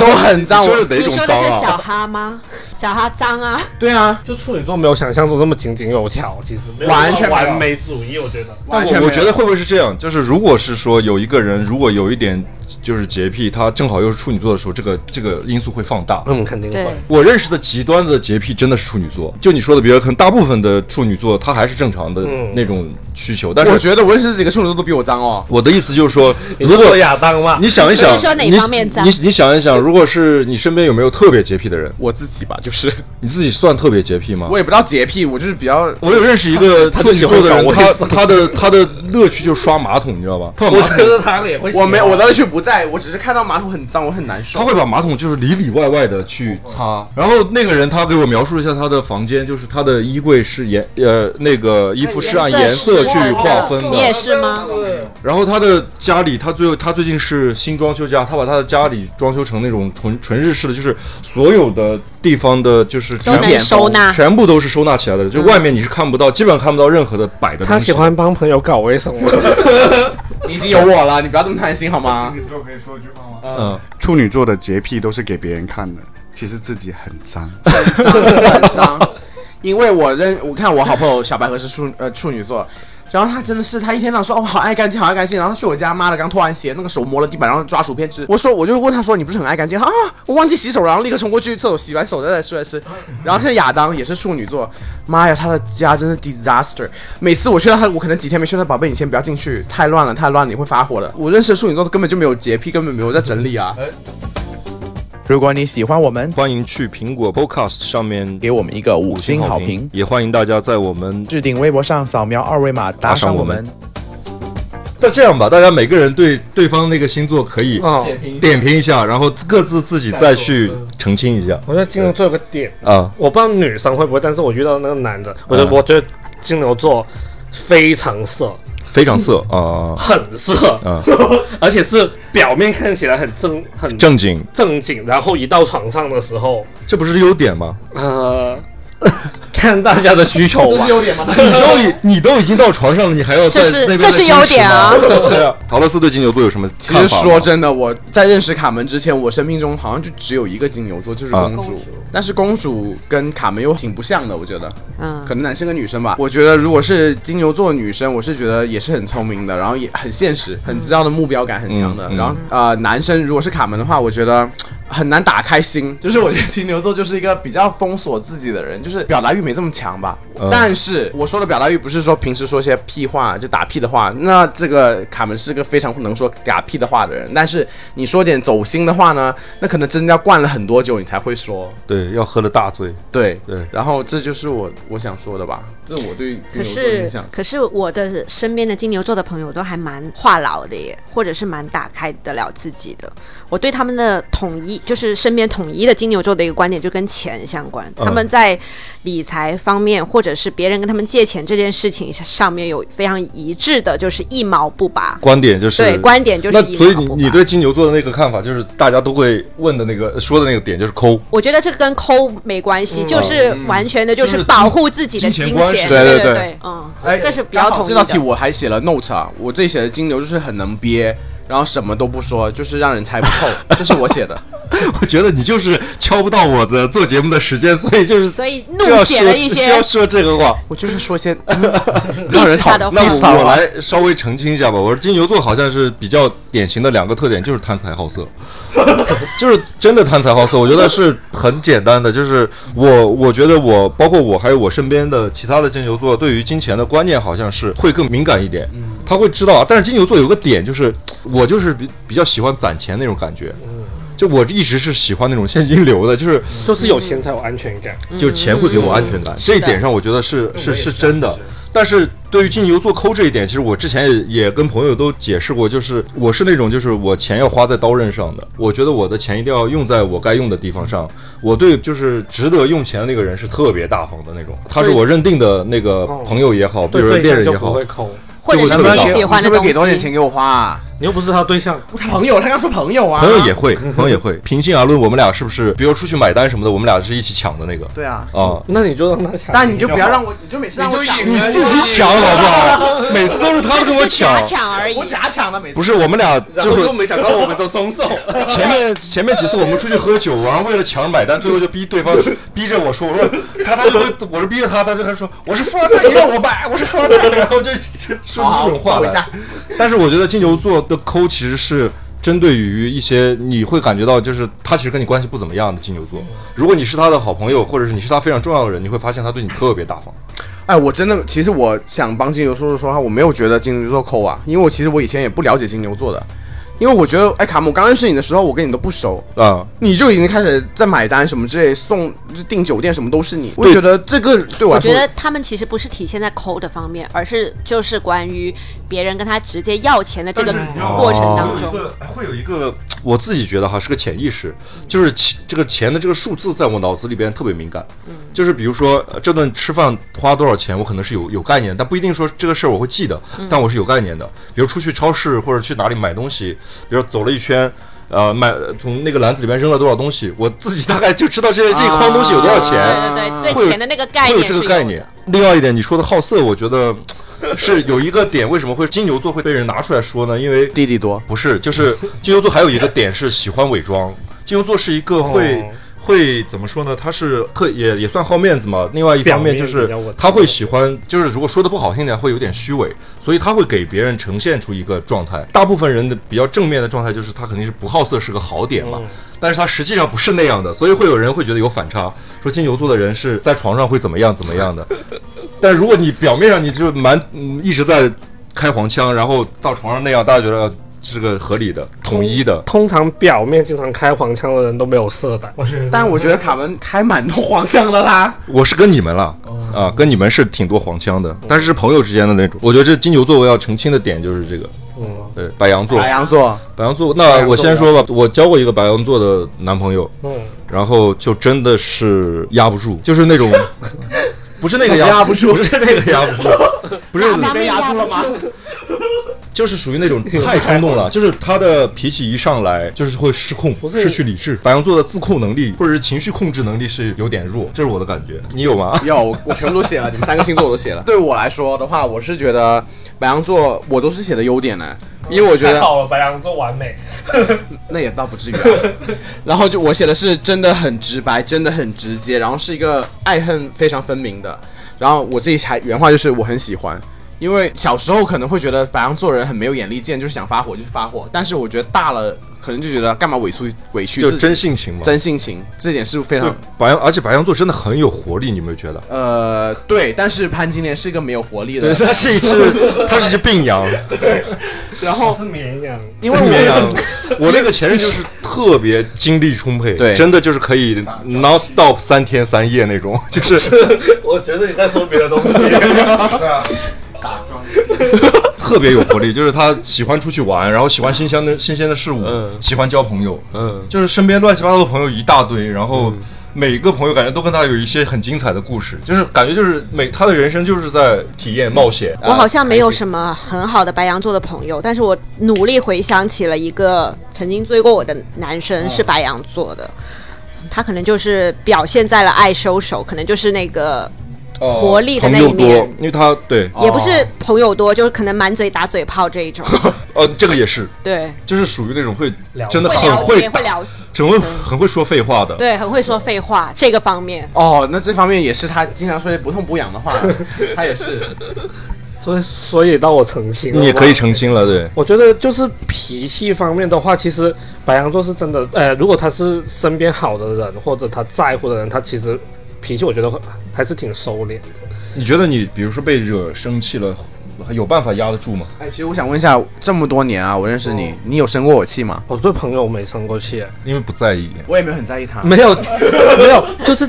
都很脏。
说
我
是 哪
你
种
说的
脏
是小
啊？
哈吗？小哈脏啊，
对啊，
就处女座没有想象中那么井井有条，其实没有
完全
那
没
么
有
完美主义，我觉得。
但
完全
我
没有
我觉得会不会是这样？就是如果是说有一个人如果有一点就是洁癖，他正好又是处女座的时候，这个这个因素会放大。
嗯，肯定
对
会。。
我认识的极端的洁癖真的是处女座，就你说的，比如可能大部分的处女座他还是正常的
嗯
那种需求，但
我
是
觉得我认识几个处女座都比我脏哦。
我的意思就是说，
你
如果
说亚当嘛，
你想一想，
你是说哪方面脏
你你你想一想，如果是你身边有没有特别洁癖的人？
我自己吧，就是
你自己算特别洁癖吗？
我也不知道洁癖，我就是比较
我有认识一个
他
处
就
女
喜
座
欢
的人，
搞
他
卫生
他的 他的乐趣就是刷马桶，你知道吧？他把
我
马
觉
桶
得他也会喜欢。
我没我的乐趣不在，我只是看到马桶很脏，我很难受。
他会把马桶就是里里外外的去擦。然后那个人他给我描述了一下他的房间，就是他的衣柜是颜呃那个衣服是按颜色去划分
你也
的。
是吗？
然后他的家里，他最后他最近是新装修家，他把他的家里装修成那种纯纯日式的，就是所有的地方的就是
都
全
能收纳，嗯
全部都是收纳起来的，就外面你是看不到，基本上看不到任何的摆的东西。
他喜欢帮朋友搞卫生，
你已经有我了，你不要这么贪心好吗？
女座可以说一句话吗？
嗯。
处女座的洁癖都是给别人看的，其实自己很脏。
很脏，因为我认我看我好朋友小白和是处呃处女座。然后他真的是，他一天到晚说哦，好爱干净，好爱干净。然后他去我家，妈的，刚脱完鞋，那个手摸了地板，然后抓薯片吃。我说，我就问他说，你不是很爱干净？他说啊，我忘记洗手了，然后立刻冲过去厕所洗完手再来出来吃。然后现在亚当也是处女座，妈呀，他的家真的 disaster。每次我去到他，我可能几天没去到，宝贝，你先不要进去，太乱了，太乱了，你会发火的。我认识的处女座根本就没有洁癖，根本没有在整理啊。如果你喜欢我们，
欢迎去苹果 Podcast 上面
给我们一个五星好评。
也欢迎大家在我们。
置顶微博上扫描二维码打
赏
赏
我
我
们
们。
那这样吧，大家每个人
嗯
对对方那个星座可以
啊
嗯，
点评一下，然后各自自己再去澄清一下
我觉得金牛座有个点，
啊。
我不知道女生会不会，但是我遇到那个男的，我觉
嗯
得我觉得金牛座非常色，
非 常色啊，
很色，
嗯
而且是表面看起来很正很
正经，
正经，然后一到床上的时候，
这不是优点吗？
呃， 看大家的需求吧。
你 都已你都已经到床上了，你还要在
这是
那边
这是优点啊
再矜持吗对啊，陶乐斯对金牛座有什么
其
看
实
法吗？
说真的，我在认识卡门之前，我生命中好像就只有一个金牛座，就是
啊
公主。但是公主跟卡门又挺不像的，我觉得，
嗯
可，能男生跟女生吧。我觉得如果是金牛座女生，我是觉得也是很聪明的，然后也很现实，很知道的目标感很强的。
嗯嗯
然后呃，男生如果是卡门的话，我觉得。很难打开心，就是我觉得金牛座就是一个比较封锁自己的人，就是表达欲没这么强吧。
嗯
但是我说的表达欲不是说平时说些屁话就打屁的话，那这个卡门是个非常能说打屁的话的人。但是你说点走心的话呢，那可能真的要灌了很多酒你才会说。
对，要喝了大醉，
对
对
然后这就是我我想说的吧，这我对金
可
牛座的印
是
象。
可是我的身边的金牛座的朋友都还蛮话痨的耶，或者是蛮打开得了自己的。我对他们的统一，就是身边统一的金牛座的一个观点，就跟钱相关。
嗯
他们在理财方面，或者是别人跟他们借钱这件事情上面有非常一致的，就是一毛不拔。
观点就是
对，观点就是
那
一
所以
毛
你
不拔。
你对金牛座的那个看法，就是大家都会问的那个说的那个点，就是抠。
我觉得这个跟抠没关系，就是完全的就
就是是
保护自己的
金钱
金
观
对
是
对
对对
对，嗯，
哎，
这是比较
刚好
统一
这
的
道。题我还写了 note 啊，我 这里写的金牛就是很能憋，然后什么都不说，就是让人猜不透，这是我写的。
我觉得你就是敲不到我的做节目的时间，所以就是
所以怒
就要
写
说
了一些
就要说这个话。
我就是说 些让人讨
他的
那
话
厌死他
我我
了。
来稍微澄清一下吧，我说金牛座好像是比较典型的两个特点，就是贪财 好色，就是真的贪财好色。我觉得是很简单的，就是我我觉得我包括我还有我身边的其他的金牛座，对于金钱的观念好像是会更敏感一点，
嗯
他会知道。但是金牛座有个点就是，我就是比比较喜欢攒钱那种感觉。
嗯
就我一直是喜欢那种现金流的，就是
就是有钱才有安全感。
就是钱会给我安全感，这一点上我觉得是是是真的。但是对于金牛座抠这一点，其实我之前也也跟朋友都解释过，就是我是那种就是我钱要花在刀刃上的，我觉得我的钱一定要用在我该用的地方上。我对就是值得用钱的那个人是特别大方的那种，他是我认定的那个朋友也好，比
对
如说
对
恋
象
人
就
也
不
好
会，抠，
或者
我
是
特
自
别
己
讨
喜欢的
你可
东
不可以给多点钱
西。
给我花啊？
你又不是他对象，
我朋友，他刚说朋友啊，
朋友也会， 朋友也会。平心而论，我们俩是不是，比如出去买单什么的，我们俩是一起抢的那个
对啊，
啊？
那你就让他抢。
但你就不要让
我。
我，你就每次让我抢，
你自己抢好不 好？每次都是他跟我抢
假。抢而已
我。假抢的每次。
不是，我们俩就
然后
会
就没想到 我们都松手，
前面前面几次我们出去喝酒，然后为了抢买单，最后就逼对方 说逼着我说，我说他他就会，我是逼着他，他就他说我是富二代，你让我买，我是富二 代，然后就就说出这种话
好好好我一
来
下。
但是我觉得金牛座的抠其实是。针对于一些你会感觉到，就是他其实跟你关系不怎么样的金牛座，如果你是他的好朋友，或者是你是他非常重要的人，你会发现他对你特别大方。
哎，我真的，其实我想帮金牛座说话，我没有觉得金牛座抠啊，因为我其实我以前也不了解金牛座的，因为我觉得，哎，卡姆刚认识你的时候，我跟你都不熟，
啊、
你就已经开始在买单什么之类，送就订酒店什么都是你，我就觉得这个对我
我
来说
觉，得他们其实不是体现在抠的方面，而是就是关于别人跟他直接要钱的这个
但是你知道吗
过程当
会有一
中，嗯
个哦会有一个，我自己觉得哈是个潜意识，就是钱这个钱的这个数字在我脑子里边特别敏感，
嗯
就是比如说呃这顿吃饭花多少钱，我可能是有有概念，但不一定说这个事儿我会记得，
嗯
但我是有概念的。比如出去超市或者去哪里买东西，比如走了一圈。呃，买从那个篮子里面扔了多少东西，我自己大概就知道这这一筐东西有多少钱。
啊
对对对，
会
对
有
钱的那个概
会
念
有
是
这
有
个
的
概念。。另外一点，你说的好色，我觉得 是有一个点，为什么会金牛座会被人拿出来说呢？因为
弟弟多，
不是，就是金牛座还有一个点是喜欢伪装。金牛座是一个会、
哦
会怎么说呢？他是特也也算好面子嘛。另外一方面就
表面
是
比较稳
他会喜欢，就是如果说的不好听点，会有点虚伪，所以他会给别人呈现出一个状态。大部分人的比较正面的状态就是他肯定是不好色是个好点
嗯
嘛，但是他实际上不是那样的，所以会有人会觉得有反差，说金牛座的人是在床上会怎么样怎么样的。但如果你表面上你就蛮、嗯、一直在开黄腔，然后到床上那样，大家觉得啊是个合理的、统一的。
通常表面经常开黄腔的人都没有色胆，
但我觉得卡文开蛮多黄腔的啦，
我是跟你们了啊，跟你们是挺多黄腔的，但是是朋友之间的那种。我觉得这金牛座我要澄清的点就是这个，
嗯，
对，白羊座，
白羊座，
白羊座。那我先说吧，我交过一个白羊座的男朋友，
嗯，
然后就真的是压不住，就是那种，不是那个
压
不
不住
不是那个压不住，不是
他们
被压住了吗？
就是属于那种太冲动了，就是他的脾气一上来就是会失控，
是
失去理智。白羊座的自控能力或者是情绪控制能力是有点弱，这是我的感觉。你有 吗？
有，我我全部都写了，你们三个星座我都写了。对我来说的话，我是觉得白羊座我都是写的优点呢，因为我觉
太
得
好了，白羊座完美，
那也倒不 至于、啊。然后就我写的是真的很直白，真的很直接，然后是一个爱恨非常分明的。然后我自己还原话就是我很喜欢，因为小时候可能会觉得白羊座人很没有眼力见，就是想发火就发火，但是我觉得大了可能就觉得干嘛委屈委屈
就
自己
真性情嘛。
真性情，这点是非常
对白羊，而且白羊座真的很有活力，你有没有觉得？
呃对。但是潘金莲是一个没有活力的
对，
人，
它是一只，它是一只病羊，
然后
是绵 羊，
因为
绵
我
羊。 我那个前任就是特别精力充沛，
对
真的就是可以 non stop 三天三夜那种， 就是
我觉得你在说别的 东西。
特别有活力。就是他喜欢出去玩，然后喜欢新鲜的新鲜的事物，
嗯
喜欢交朋友，
嗯
就是身边乱七八糟的朋友一大堆，然后每个朋友感觉都跟他有一些很精彩的故事，就是感觉就是每他的人生就是在体验冒险。
我好像没有
么。
什么很好的白羊座的朋友，但是我努力回想起了一个曾经追过我的男
哦
生是白羊座的，他可能就是表现在了爱收手，可能就是那个
哦
活力的
朋
那
友
一
多
面，，
因为他对，
也不是朋友多，就是可能满嘴打嘴炮这一 种。
呃，这个也是，
对，
就是属 于那种会
聊
真的
会
很
聊天，
会
会聊，
很会很会说废话的。
对，很会说废话这个方面。
哦，那这方面也是他经常说的不痛不痒的话，他也是。
所以所以到我澄清了，
你也可以澄清了，对，
我觉得就是脾气方面的话，其实白羊座是真的，呃，如果他是身边好的人或者他在乎的人，他其实脾气我觉得会还是挺收敛的。
你觉得你比如说被惹生气了，有办法压得住吗？
哎，其实我想问一下，这么多年啊，我认识
哦
你，你有生过我气吗？
我对朋友没生过气，
因为不在意。
我也没有很在意他。
没有没有，就是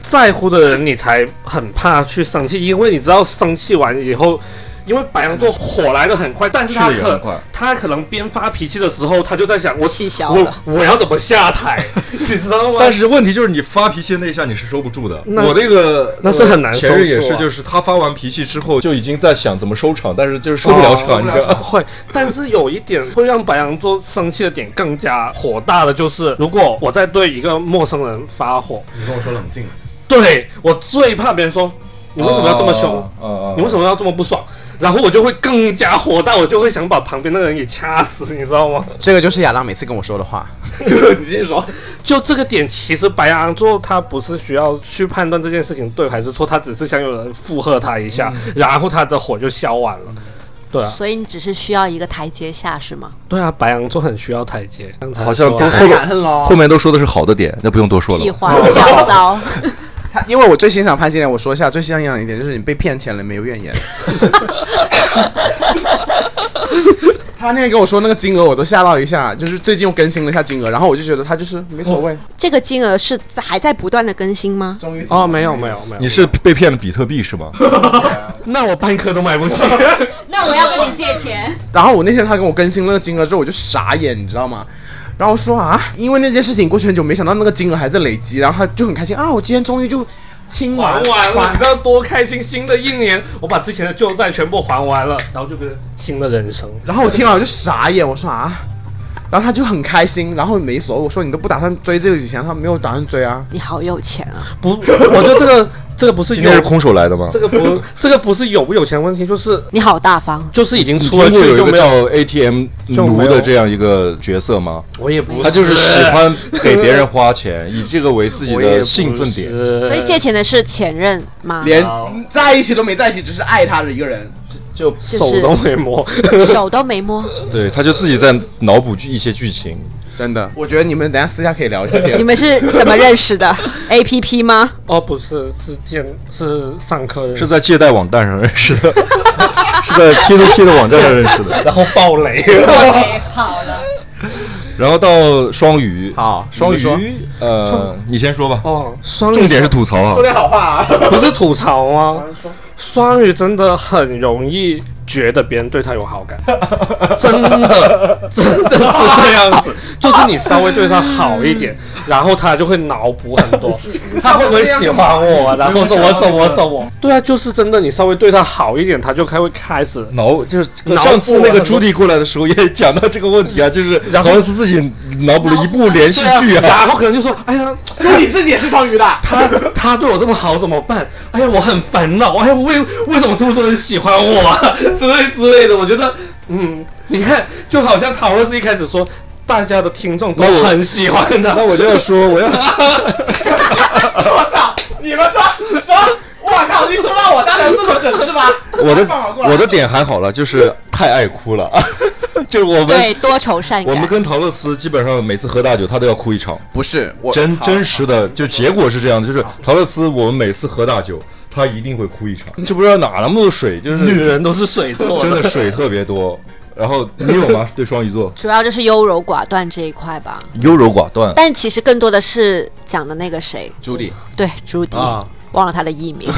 在乎的人你才很怕去生气，因为你知道生气完以后。因为白羊座火来的很快，但是他
去得也很
可
快
他可能边发脾气的时候，他就在想我
气消
我
了
我要怎么下台，你知道吗？
但是问题就是你发脾气那一下你是收不住的。
那
我那个
那是很难
呃
收
前任也
住啊
是，就是他发完脾气之后就已经在想怎么收场，但是就是收不 了场，你知道吗。
会，但是有一点会让白羊座生气的点更加火大的就是，如果我在对一个陌生人发火，
你跟我说冷静。
对我最怕别人说你为什么要这么凶，
哦？哦哦
你为什么要这么不爽？然后我就会更加火大，我就会想把旁边那个人给掐死，你知道吗？
这个就是亚当每次跟我说的话。你继续说。
就这个点，其实白羊座他不是需要去判断这件事情对还是错，他只是想有人附和他一下，然后他的火就消完了。对啊，
所以你只是需要一个台阶下是 吗？
对啊，白羊座很需要台阶，
好像
都
都后
感恩咯
面后面都说的是好的点，那不用多说
屁
了。
话，聊骚。
他因为我最欣赏潘金莲，我说一下最欣赏一点就是你被骗钱了没有怨言。 他那天跟我说那个金额，我都吓到一下。就是最近又更新了一下金额，然后我就觉得他就是没所谓。
这个金额是在还在不断的更新吗？
哦终于
哦，没有没有没有，
你是被骗了比特币是 吗？
那我半颗都买不起。
那我要跟你借钱。
然后我那天他跟我更新那个金额之后，我就傻眼，你知道吗？然后说啊，因为那件事情过去很久，没想到那个金额还在累积，然后他就很开心啊，我今天终于就清
还
完
完了，你知道多开心！新的一年，我把之前的旧债全部还完了，然后就跟新的人生。
然后我听完我就傻眼，我说啊，然后他就很开心，然后没所谓。我说你都不打算追这个以前，他没有打算追啊。
你好有钱啊！
不，我觉得这个这个不是
今
有
天是，空手来的吗
这？个不这个不是有不有钱问题，就是
你好大方。
就是已经
你
出了
听过
去
有
就
一个
没有。
叫 ATM
就没
奴
有
的这样一个角色吗？
我也不，
他就是喜欢给别人花钱，以这个为自己的兴奋点。
所以借钱的是前任吗？
连在一起都没在一起，只是爱他的一个人。
就手
是
都没摸。
手都没摸，
对，他就自己在脑补剧一些剧情。
真的，我觉得你们等一下私下可以聊一下天
你。们是怎么认 识的？A P P 吗？
哦，不是，是见是上课认识
是在借贷网站上认识的，是在 P to P 的网站上认识的。
然后爆 雷。
好的。
然后到双鱼，
好
双
你说
鱼，呃，你先说吧。
哦，双鱼
重点是吐槽啊
说，点好话 啊！
不是吐槽吗？双鱼真的很容易觉得别人对他有好 感，真的真的是这样子，就是你稍微对他好一 点，然后他就会脑补很多，他会不会喜欢我啊？然后说我手我手我，对啊，就是真的，你稍微对他好一点，他就开会开始。
脑就是
脑补
上次那
很
个
啊
多
朱迪过来的时候也讲到这个问题啊，就是好像是自己脑补了一部连续剧啊。
然后可能就说：“哎呀，
说你自己也是双鱼的，
他他对我这么好怎么办？哎呀，我很烦恼。哎呀，为为什么这么多人喜欢我啊？ 之类之类的。我觉得，嗯，你看，就好像陶乐斯一开始说，大家的听众都
那我
很喜欢他。
那我就要说，我要
我操！你们说说，我靠！你说到我当然这么狠是吧？
我的
放我过来
我的点还好了，就是太爱哭了， 就是我们
对，多愁善
我们
感。
跟陶乐斯基本上每次喝大酒，他都要哭一场，
不是我
真真实的就结果是这样的，就是陶乐斯我们每次喝大酒，他一定会哭一场，就不知道哪那么多水，就是
女人都是水做
真的水特别多。然后你有吗？对双鱼座
主要就是优柔寡断这一块吧，
优柔寡断，
但其实更多的是讲的那个谁，
朱莉，
对，朱迪，
啊
忘了他的艺 名，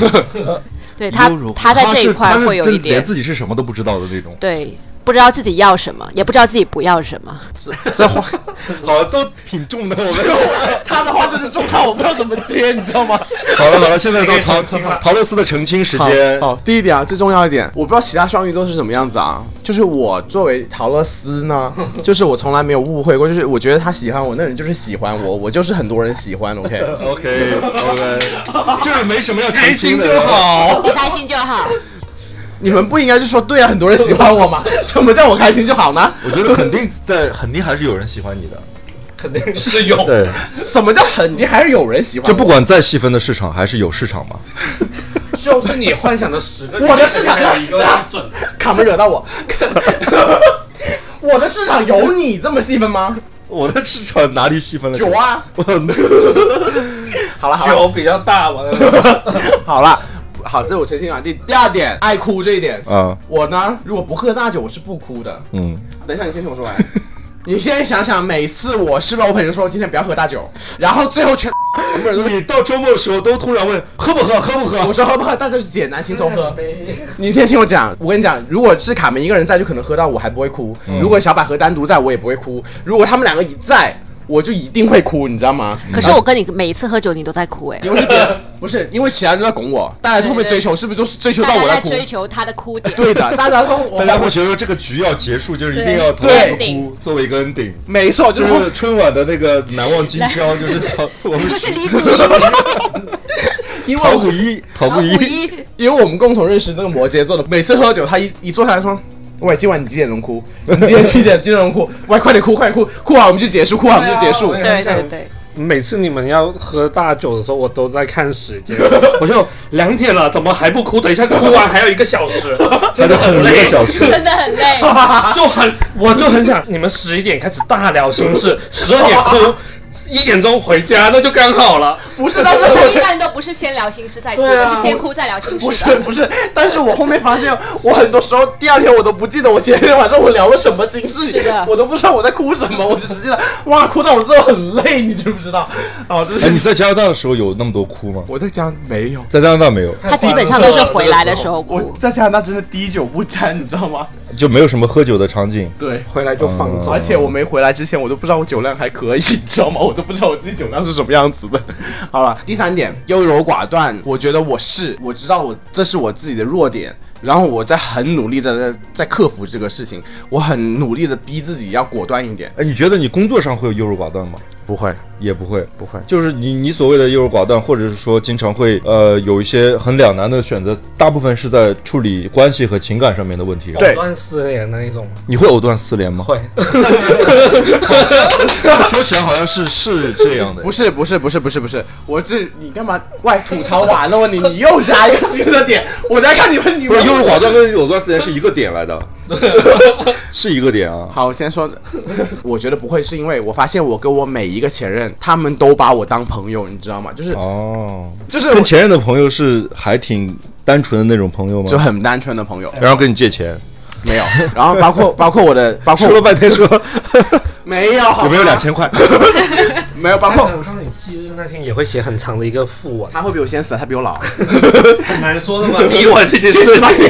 对他
优柔，
他在这
是
一块
他是
会有
真
一
的连
点
自己是什么都不知道的那种。
对，不知道自己要什么，也不知道自己不要什么，
这话
好，都挺重的，我们。
他的话真是重到我不知道怎么接，你知道吗？
好了好了，现在到陶陶乐斯的澄清时间。
好，第一点啊，最重要一点，我不知道其他双鱼座是什么样子啊。就是我作为陶乐斯 呢，就是我从来没有误会过，就是我觉得他喜欢我，那人就是喜欢我，我就是很多人喜欢。OK，
OK OK，就是没什么要澄清的。。
好，
开心就好。
你们不应该是说对啊，很多人喜欢我 吗？怎么叫我开心就好呢？
我觉得肯定在，肯定还是有人喜欢你的。
肯定是有。
对，
什么叫肯定还是有人喜欢我？
就不管再细分的市场，还是有市场嘛。
就是你幻想的十个，
我的市场
还有一个是 准的。
卡门惹到 我， 我的市场有你这么细分吗？
我的市场哪里细分了？
九啊！
我。
好了好了
酒比较大，完了。
好了，好，这是我澄清完啊第第二点，爱哭这一点，
啊，
我呢如果不喝大酒，我是不哭的。
嗯，
等一下，你先听我说 完。你现在想想，每次我是不是我朋友说今天不要喝大酒，然后最后全 全部人都
你到周末的时候都突然问喝不喝，喝不喝？
我说喝不喝，大家就是简单轻松喝。你先听我讲，我跟你讲，如果是卡门一个人在，就可能喝到我还不会哭；
嗯
如果小百合单独在，我也不会哭；如果他们两个一在，我就一定会哭，你知道吗？
可是我跟你每一次喝酒，你都在哭哎、
因为是别 人不是因为其他人都在拱我，大家后面追求是不是都是追求
大
到
家
我
在
哭？
追求他的哭点。
对的，大家都我
大家会觉得这个局要结束，就是一定要投
对
诉哭作为一个 ending，
没错，就
就是是春晚的那个难忘今 宵，就是陶我们
就是李谷一，
因为
陶
我
谷一，陶 谷
谷
一，
一，
因为我们共同认识那个摩羯座的，每次喝酒 他一一坐下来说。喂，今晚你几点钟哭？你今天七点几点钟哭？喂，快点哭，快点哭，哭完我们就结束，哭完我们就结
哦
束。
对对 对，
每次你们要喝大酒的时候，我都在看时间， 我就两点了，怎么还不哭？等一下哭完还有一个小 时，
他
真
在
的
后
很
面一个
累，
小时。
真的很累。
就很，我就很想你们十一点开始大聊心事，十二点哭，一点钟回家，那就刚好了。
不 是，但是
我一
我
般都不是先聊心事再哭，
对啊
我是先哭再聊心
不
事
是
的。
不是，但是我后面发现，我很多时候第二天我都不记得我前天晚上我聊了什么心事
是的，
我都不知道我在哭什么，我就只记得哇，哭到我最后很累，你知不知道？哦，这
哎，你
是
在加拿大的时候有那么多哭吗？
我在家没有，
在加拿大没有，
他基本上都是回来的时候
我
哭。
在加拿大真的滴酒不沾，你知道吗？
就没有什么喝酒的场景。
对，
回来就放纵
而，且我没回来之前，我都不知道我酒量还可以，你知道吗？ 我都不知道我自己酒量是什么样子的。 好了，第三点，优柔寡断，我觉得我是，我知道我这是我自己的弱点，然后我在很努力的在在克服这个事情，我很努力的逼自己要果断一点。
哎，你觉得你工作上会有优柔寡断吗？
不会，
也不会，
不会
就是你你所谓的优柔寡断，或者是说经常会呃有一些很两难的选择，大部分是在处理关系和情感上面的问题。
对
断丝连那一种，
你会藕断丝连吗？
会。
说起来好像是是这样的
不。是，不是，不是，不是，不是，我这你干嘛？喂，吐槽完了，你你又加一个新的点，我在看你们，你
不
们
是优柔寡断跟藕断丝连是一个点来的，是一个点啊。
好，先说，我觉得不会，是因为我发现我跟我每一个前任，他们都把我当朋友，你知道吗？就是
哦，
就是
跟前任的朋友是还挺单纯的那种朋友
就
吗？
很单纯的朋友，
然后跟你借钱，
没有。然后包括包括我的，包括
说了半天说
没有，哎好吧
有没有两？千块？
没有，包括
他们忌日那天也会写很长的一个副文，
他会比我先死，他比我 老。
很难说的嘛。 你我这些
去死吧你！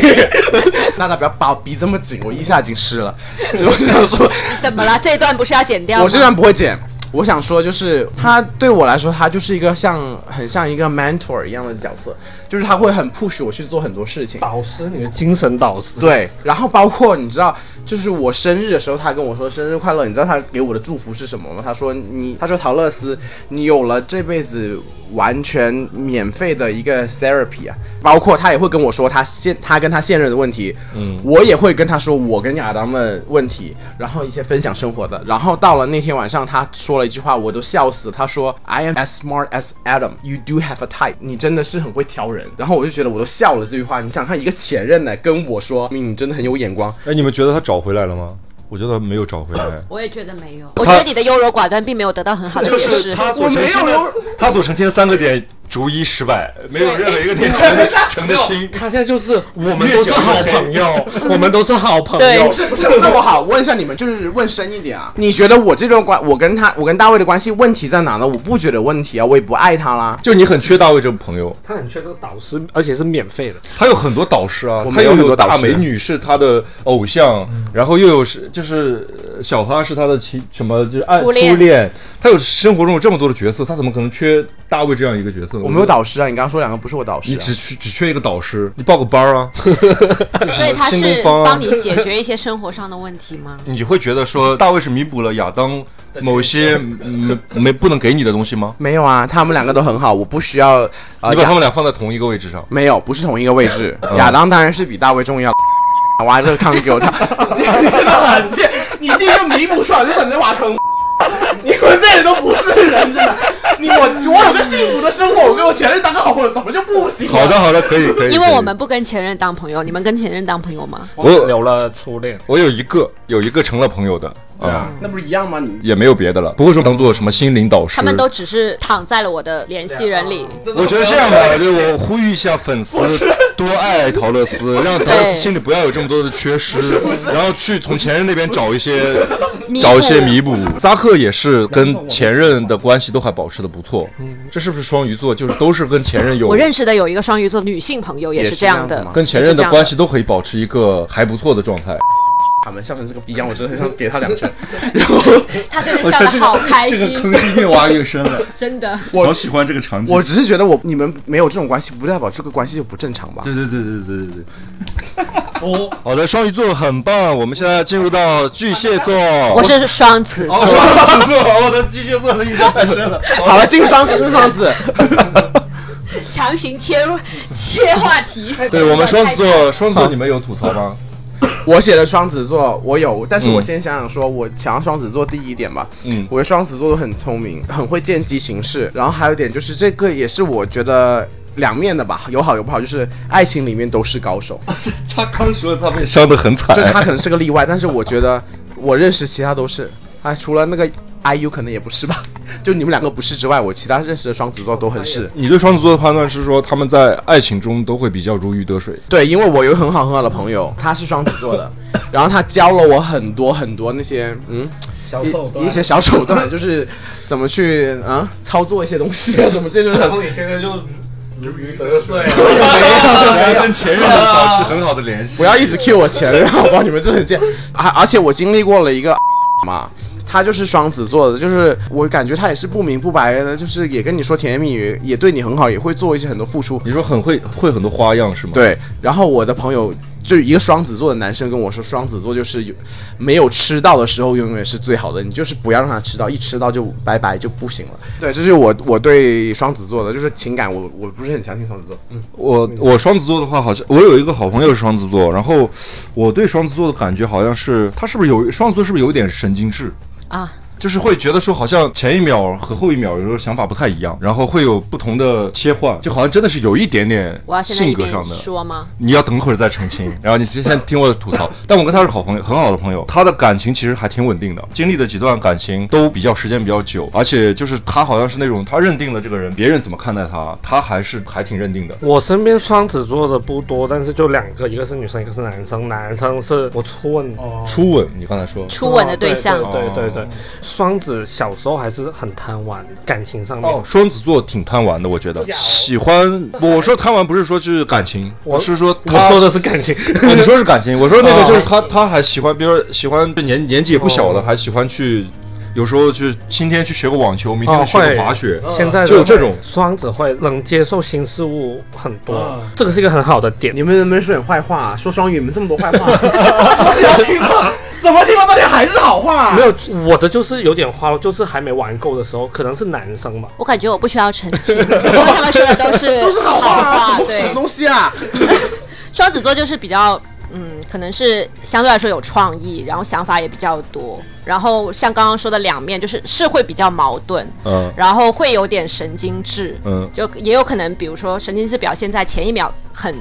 娜娜不要把我逼这么紧，我一下已经湿了。 就我想说，
怎么了？这一段不是要剪掉吗？
我这段不会剪。我想说，就是他对我来说，他就是一个像很像一个 mentor 一样的角色，就是他会很 push 我去做很多事情。
导师，你的精神导师。
对，然后包括你知道，就是我生日的时候，他跟我说生日快乐，你知道他给我的祝福是什么吗？他说你，他说陶乐斯，你有了这辈子完全免费的一个 therapy 啊。包括他也会跟我说他现他跟他现任的问题，嗯，我也会跟他说我跟亚当的问题，然后一些分享生活的。然后到了那天晚上，他说了一句话，我都笑死。他说 I am as smart as Adam, you do have a type。你真的是很会挑人。然后我就觉得我都笑了这句话。你想看一个前任呢跟我说你真的很有眼光，
哎，你们觉得他找回来了吗？我觉得没有找回来。
我也觉得没有。我觉得你的优柔寡断并没有得到很好的
就
解
是
释。
他所澄清
我没有
的，他所澄清的三个点逐一失败，没有任何一 个点澄得澄得清。
他现在就是我们都是好 朋友，我们都是好朋
对
友
哎不。是不是，那我好问一下你们，就是问深一点啊，你觉得我这段关，我跟他，我跟大卫的关系问题在哪呢？我不觉得有问题啊，我也不爱他啦。
就你很缺大卫这种朋友，
他很缺这个导师，而且是免费的。
他有很多导师嗯啊
我，们
他
有
又
很多
有
导
大
师
美女是他的偶像，然后又有是就是呃小哈是他的其什么就是爱
初恋
恋，他他有生活中有这么多的角色，他怎么可能缺大卫这样一个角色呢？
我没有，导师啊，你刚刚说两个不是我导师、
你
啊，
只缺只嗯缺一个导师，你报个班 儿啊，
所以他
新
是
东方啊
帮你解决一些生活上的问题 吗？
你会觉得说大卫是弥补了亚当某些嗯没不能给你的东西吗？
没有啊，他们两个都很好，我不需要呃
你把他们俩放在同一个位置上，
没有，不是同一个位置。亚当当然是比大卫 重要。挖这个坑给我跳，你真的很贱！你第一个弥补出来就等着挖坑，你们这里都不是人，真的。你我我有个幸福的生活，我跟我前任当个好朋友，怎么就不行、
好的，好的，可以可以。
因为
可以
我们不跟前任当朋友，你们跟前任当朋友吗？
我只留了初恋，
我有一个有一个成了朋友的啊，
那不是一样吗？你
也没有别的了，不会说当做什么心灵导师。
他们都只是躺在了我的联系人里。
我觉得这样吧，就我呼吁一下粉丝多爱陶乐斯，让陶乐斯心里不要有这么多的缺失，然后去从前任那边找一些
弥补
找一些弥补。扎克也是嗯跟前任的关系都还保持的不错，这是不是双鱼座？就是都是跟前任有
我认识的有一个双鱼座女性朋友也
也
是
是
这样
这
的
样子吗，
跟前
也是
任的
这样
关系都可以保持一个还不错的状态。
他们像是这个逼样，我真的很 想给他两拳。
他真的笑得好开
这个
心，
坑是越挖越深 了，
真的。
我
好喜欢这个场景。
我只是觉得我你们没有这种关系，不代表这个关系就不正常吧？
对对对对对对对。哦， 好的，双鱼座很棒，我们现在进入到巨蟹座。
我是双子
哦，
座，
双子座，我的巨蟹座的印象太深了。
好了，进入双子，进入双 子。
强行切入切话题。
对我们双子座，双子座你们有吐槽吗？
我写的双子座，我有，但是我先想想说，我强双子座第一点吧。
嗯
嗯，我觉得双子座都很聪明，很会见机行事。然后还有一点就是，这个也是我觉得两面的吧，有好有不好，就是爱情里面都是高手。
他刚说他被伤得很惨
就他可能是个例外，但是我觉得我认识其他都是，哎，除了那个 IU 可能也不是吧。 就你们两个不是之外，我其他认识的双子座都很是。
你对双子座的判断是说他们在爱情中都会比较如鱼得 水。
对，因为我有一个很好很好的朋友，他是双子座的，然后他教了我很多很多那些嗯。
小
一
手段
一些小手段，就是怎么去啊操作一些东西啊什么，这就是
然
很
后你现在就如鱼得水啊了。
你要跟前任保持很好的联系
不。要一 直 cue 我前任，好吧？你们真的很贱。而而且我经历过了一个嘛，他就是双子座的，就是我感觉他也是不明不白的，就是也跟你说甜言蜜语，也对你很好，也会做一些很多付出。
你说很会会很多花样是吗？，
对，然后我的朋友就一个双子座的男生跟我说，双子座就是有没有吃到的时候永远是最好的，你就是不要让他吃到，一吃到就拜拜就不行了。对，这就是我我对双子座的，就是情感我我不是很相信双子座。嗯，
我我双子座的话，好像我有一个好朋友是双子座，然后我对双子座的感觉好像是他是不是有双子座是不是有点神经质？
啊，
就是会觉得说，好像前一秒和后一秒有时候想法不太一样，然后会有不同的切换，就好像真的是有一点点
我要现在
性
一
格
边
上的。
说吗？
你要等会儿再澄清，然后你先先听我吐槽。但我跟他是好朋友，很好的朋友，他的感情其实还挺稳定的，经历的几段感情都比较时间比较久，而且就是他好像是那种他认定了这个人，别人怎么看待他，他还是还挺认定的。
我身边双子座的不多，但是就两个，一个是女生，一个是男生。男生是我初吻
初吻，你刚才说
初吻的对象，
对对对
哦
对双子小时候还是很贪玩的，感情上面。
哦，双子座挺贪玩的，我觉得
假哦
喜欢。我说贪玩不是说就是感情，
我
是说
我
他
说的是啊 感情，
哦你说是感 情，我说那个就是他，他还喜欢，比如说喜欢这年年纪也不小
哦
了，还喜欢去，有时候去今天去学个网球，明天
哦
去学
会
个滑雪，
现在的
就有这种
双子会能接受新事物很多，这个是一个很好的点。
你们能不能说点坏话、啊 说双语，你们这么多坏话，说是要听错，怎么听了半天还是好话、啊
没有，我的就是有点花，就是还没玩够的时候，可能是男生吧。
我感觉我不需要澄清，因为他们说的都是
都是好话、啊，
话。
什么什
对
么，东西啊？
双子座就是比较，嗯，可能是相对来说有创意，然后想法也比较多，然后像刚刚说的两面，就是是会比较矛盾，
嗯
然后会有点神经质，
嗯
就也有可能，比如说神经质表现在前一秒很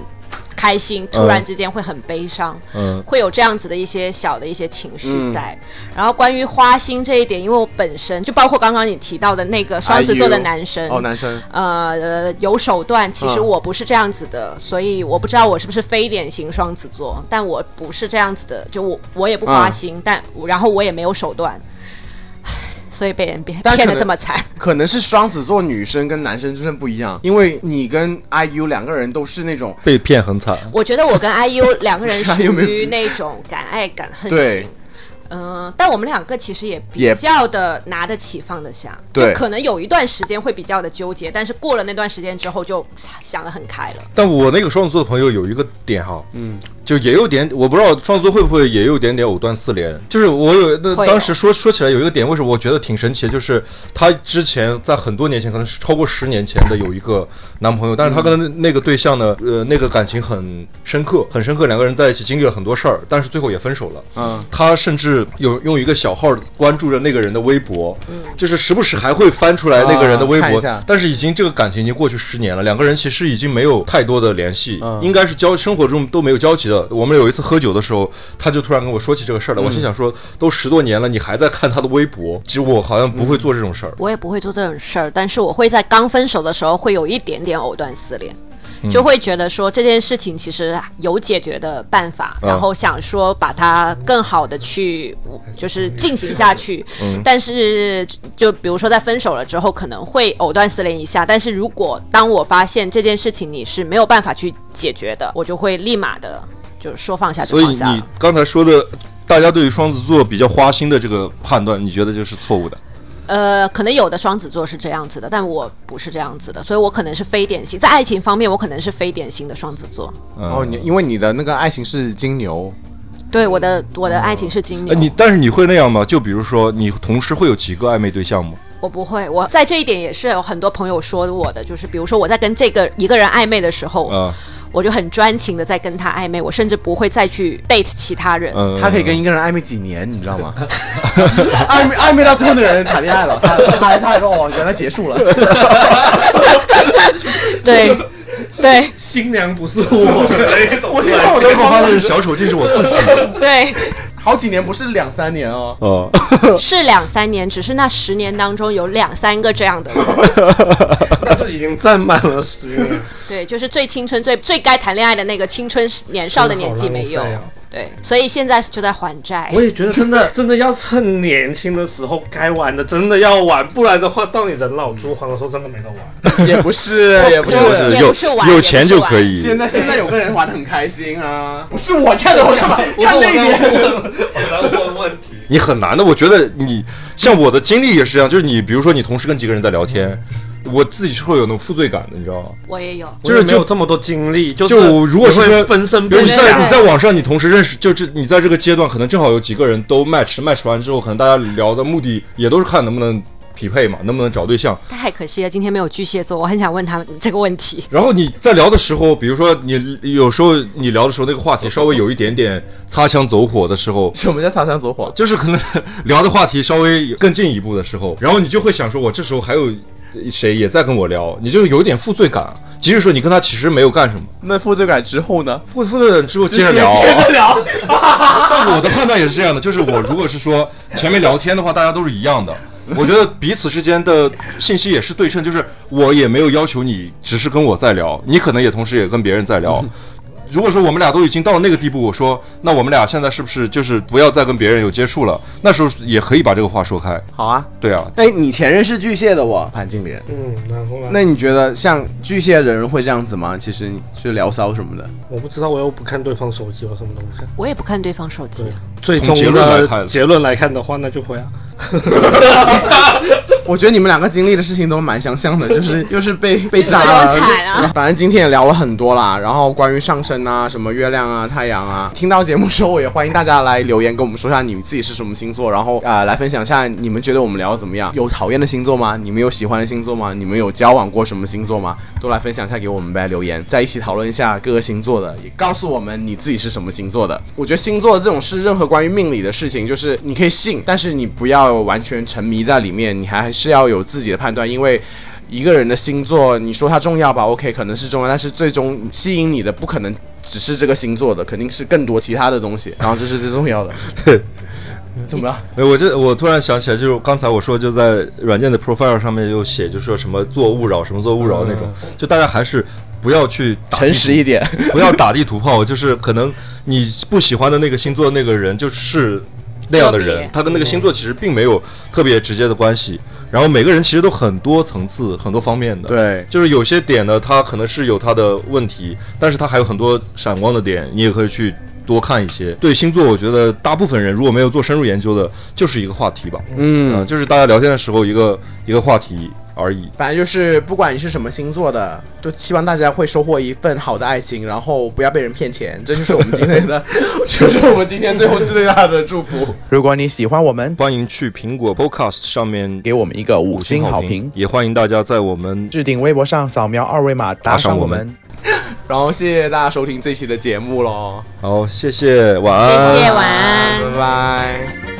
开心，突然之间会很悲伤，
嗯，
会有这样子的一些小的一些情
嗯
绪在。然后关于花心这一点，因为我本身就包括刚刚你提到的那个双子座的男生，
哦，男生，
呃呃有手段，其实
嗯
我不是这样子的，所以我不知道我是不是非典型双子座，但我不是这样子的，就我我也不花
嗯
心，但我然后我也没有手段，唉所以被人骗
但可
骗
能
的这么惨。
可能是双子座女生跟男生真的不一样，因为你跟 IU 两个人都是那种
被 骗很惨。
我觉得我跟 IU 两个人
是
属
啊有没有
于那种敢爱敢恨
对
型。嗯、但我们两个其实也比
也
较的拿得起放得下，
对
就可能有一段时间会比较的纠结，但是过了那段时间之后就想得很开了。
但我那个双子座的朋友有一个点哈，嗯，就也有点，我不知道双子座会不会也有点点藕断丝连。就是我有那
会有
当时说说起来有一个点，为什么我觉得挺神奇的，就是她之前在很多年前，可能是超过十年前的有一个男朋友，但是她跟那个对象呢，呃，那个感情很深刻，很深刻，两个人在一起经历了很多事儿，但是最后也分手了。嗯，她甚至有用一个小号关注着那个人的微博，就是时不时还会翻出来那个人的
嗯
微
啊看
博
一下，
但是已经这个感情已经过去十年了，两个人其实已经没有太多的联系，
嗯
应该是交生活中都没有交集的。我们有一次喝酒的时候，他就突然跟我说起这个
嗯
事儿了，我心想说，都十多年了，你还在看他的微博？其实我好像不会做这种
嗯
事儿。
我也不会做这种事儿，但是我会在刚分手的时候会有一点点藕断丝连。
嗯
就会觉得说这件事情其实有解决的办法，
嗯
然后想说把它更好的去就是进行下去。
嗯
但是就比如说在分手了之后，可能会藕断丝连一下。但是如果当我发现这件事情你是没有办法去解决的，我就会立马的就说放下就
所以
放下
你
了。
刚才说的，大家对于双子座比较花心的这个判断，你觉得就是错误的？
呃，可能有的双子座是这样子的，但我不是这样子的，所以我可能是非典型，在爱情方面我可能是非典型的双子座。
嗯
哦，你因为你的那个爱情是金牛，
对，我的我的爱情是金牛，
呃你但是你会那样吗？就比如说，你同时会有几个暧昧对象吗？
我不会，我在这一点也是有很多朋友说我的，就是比如说我在跟这个一个人暧昧的时候，
啊，
我就很专情的在跟他暧昧，我甚至不会再去 date 其他人。
嗯，
他可以跟一个人暧昧几年，你知道吗？ 暧昧暧昧到最后那个人谈恋爱了，他他他说哦，原来结束了。
对，对，
新娘不是我的那种，
听到我
最后发现哦 小丑竟是我自己。
对，
好几年，不是两三年 哦。
哦，
是两三年，只是那十年当中有两三个这样的人，
那就已经占满了十年。
对，就是最青春、最最该谈恋爱的那个青春年少的年纪没有哎
真的好浪费哦，
对，所以现在就在还债
我。也觉得真的真的要趁年轻的时候该玩的真的要玩，不然的话，到你人老珠黄的时候真的没得玩。
也不是， 也不是。
就是
也不是玩
有有钱就可以。
现在现在有个人玩的很开心啊！不是我看着我干嘛？看那边。
我在问问题，
你很难的，我觉得你像我的经历也是这样，就是你比如说你同时跟几个人在聊天，我自己是会有那种负罪感的，你知道吗？
我也有，
就是
没
就
有这么多经历，就是
就如果是
你会
说
分身
比如
边
你
对
在
对
你在网上，你同时认识，就这你在这个阶段，可能正好有几个人都 match match 完之后，可能大家聊的目的也都是看能不能匹配嘛，能不能找对象。
太可惜了，今天没有巨蟹座，我很想问他们这个问题。
然后你在聊的时候，比如说你有时候你聊的时候，那个话题稍微有一点点擦枪走火的时候，
什么叫擦枪走火？
就是可能 聊的话题稍微更进一步的时候，然后你就会想说，我这时候还有谁也在跟我聊，你就有点负罪感。即使说你跟他其实没有干什么，
那负罪感之后呢？
负负罪感之后接着聊，接着聊。 但我的判断也是这样的，就是我如果是说前面聊天的话，大家都是一样的。我觉得彼此之间的信息也是对称，就是我也没有要求你只是跟我在聊，你可能也同时也跟别人在聊。 如果说我们俩都已经到了那个地步，我说那我们俩现在是不是就是不要再跟别人有接触了？那时候也可以把这个话说开。
好啊，
对啊，
哎，你前任是巨蟹的我，潘金莲。
嗯，然后呢？
那你觉得像巨蟹的人会这样子吗？其实你去聊骚什么的，
我不知道，我又不看对方手机，我什么都不看。
我也不看对方手机，
最
从结
终
论来
的
看
结论来看的话，那就会啊。
我觉得你们两个经历的事情都蛮相像的，就是又是被被渣了
被惨啊
反正今天也聊了很多啦，然后关于上升啊、什么月亮啊、太阳啊，听到节目之后也欢迎大家来留言跟我们说一下你自己是什么星座，然后啊、呃来分享一下你们觉得我们聊的怎么样？有讨厌的星座吗？你们有喜欢的星座吗？你们有交往过什么星座吗？都来分享一下给我们呗，留言在一起讨论一下各个星座的，也告诉我们你自己是什么星座的。我觉得星座这种是任何关于命理的事情，就是你可以信，但是你不要完全沉迷在里面，你还是要有自己的判断，因为。一个人的星座，你说它重要吧？OK，可能是重要，但是最终吸引你的不可能只是这个星座的，肯定是更多其他的东西。然后这是最重 要的。
对，
怎么了？
哎，我这我突然想起来，就是刚才我说就在软件的 profile 上面有写，就说什么做勿扰，什么做勿扰那种，
嗯
就大家还是不要去打
诚 实一
点，
点。
不要打地图炮，就是可能你不喜欢的那个星座那个人就是那样的
特
人
别，
他跟那个星座其实并没有特别直接的关系。然后每个人其实都很多层次、很多方面的，
对
就是有些点呢，他可能是有他的问题，但是他还有很多闪光的点，你也可以去多看一些。对星座，我觉得大部分人如果没有做深入研究的，就是一个话题吧，嗯、
嗯，
就是大家聊天的时候一个一个话题而已。
反正就是不管你是什么星座的，都希望大家会收获一份好的爱情，然后不要被人骗钱。这就是我们今 天的，这就是 我们今天最后最大的祝福。如果你喜欢我们，
欢迎去苹果 Podcast 上面
给我们一个五星好评
评，，也欢迎大家在我们
置顶微博上扫描二维码打赏
赏
我
我
们。 然后谢谢大家收听这期的节目喽，
呃
好，谢谢，晚安，
谢谢，晚安。
拜拜。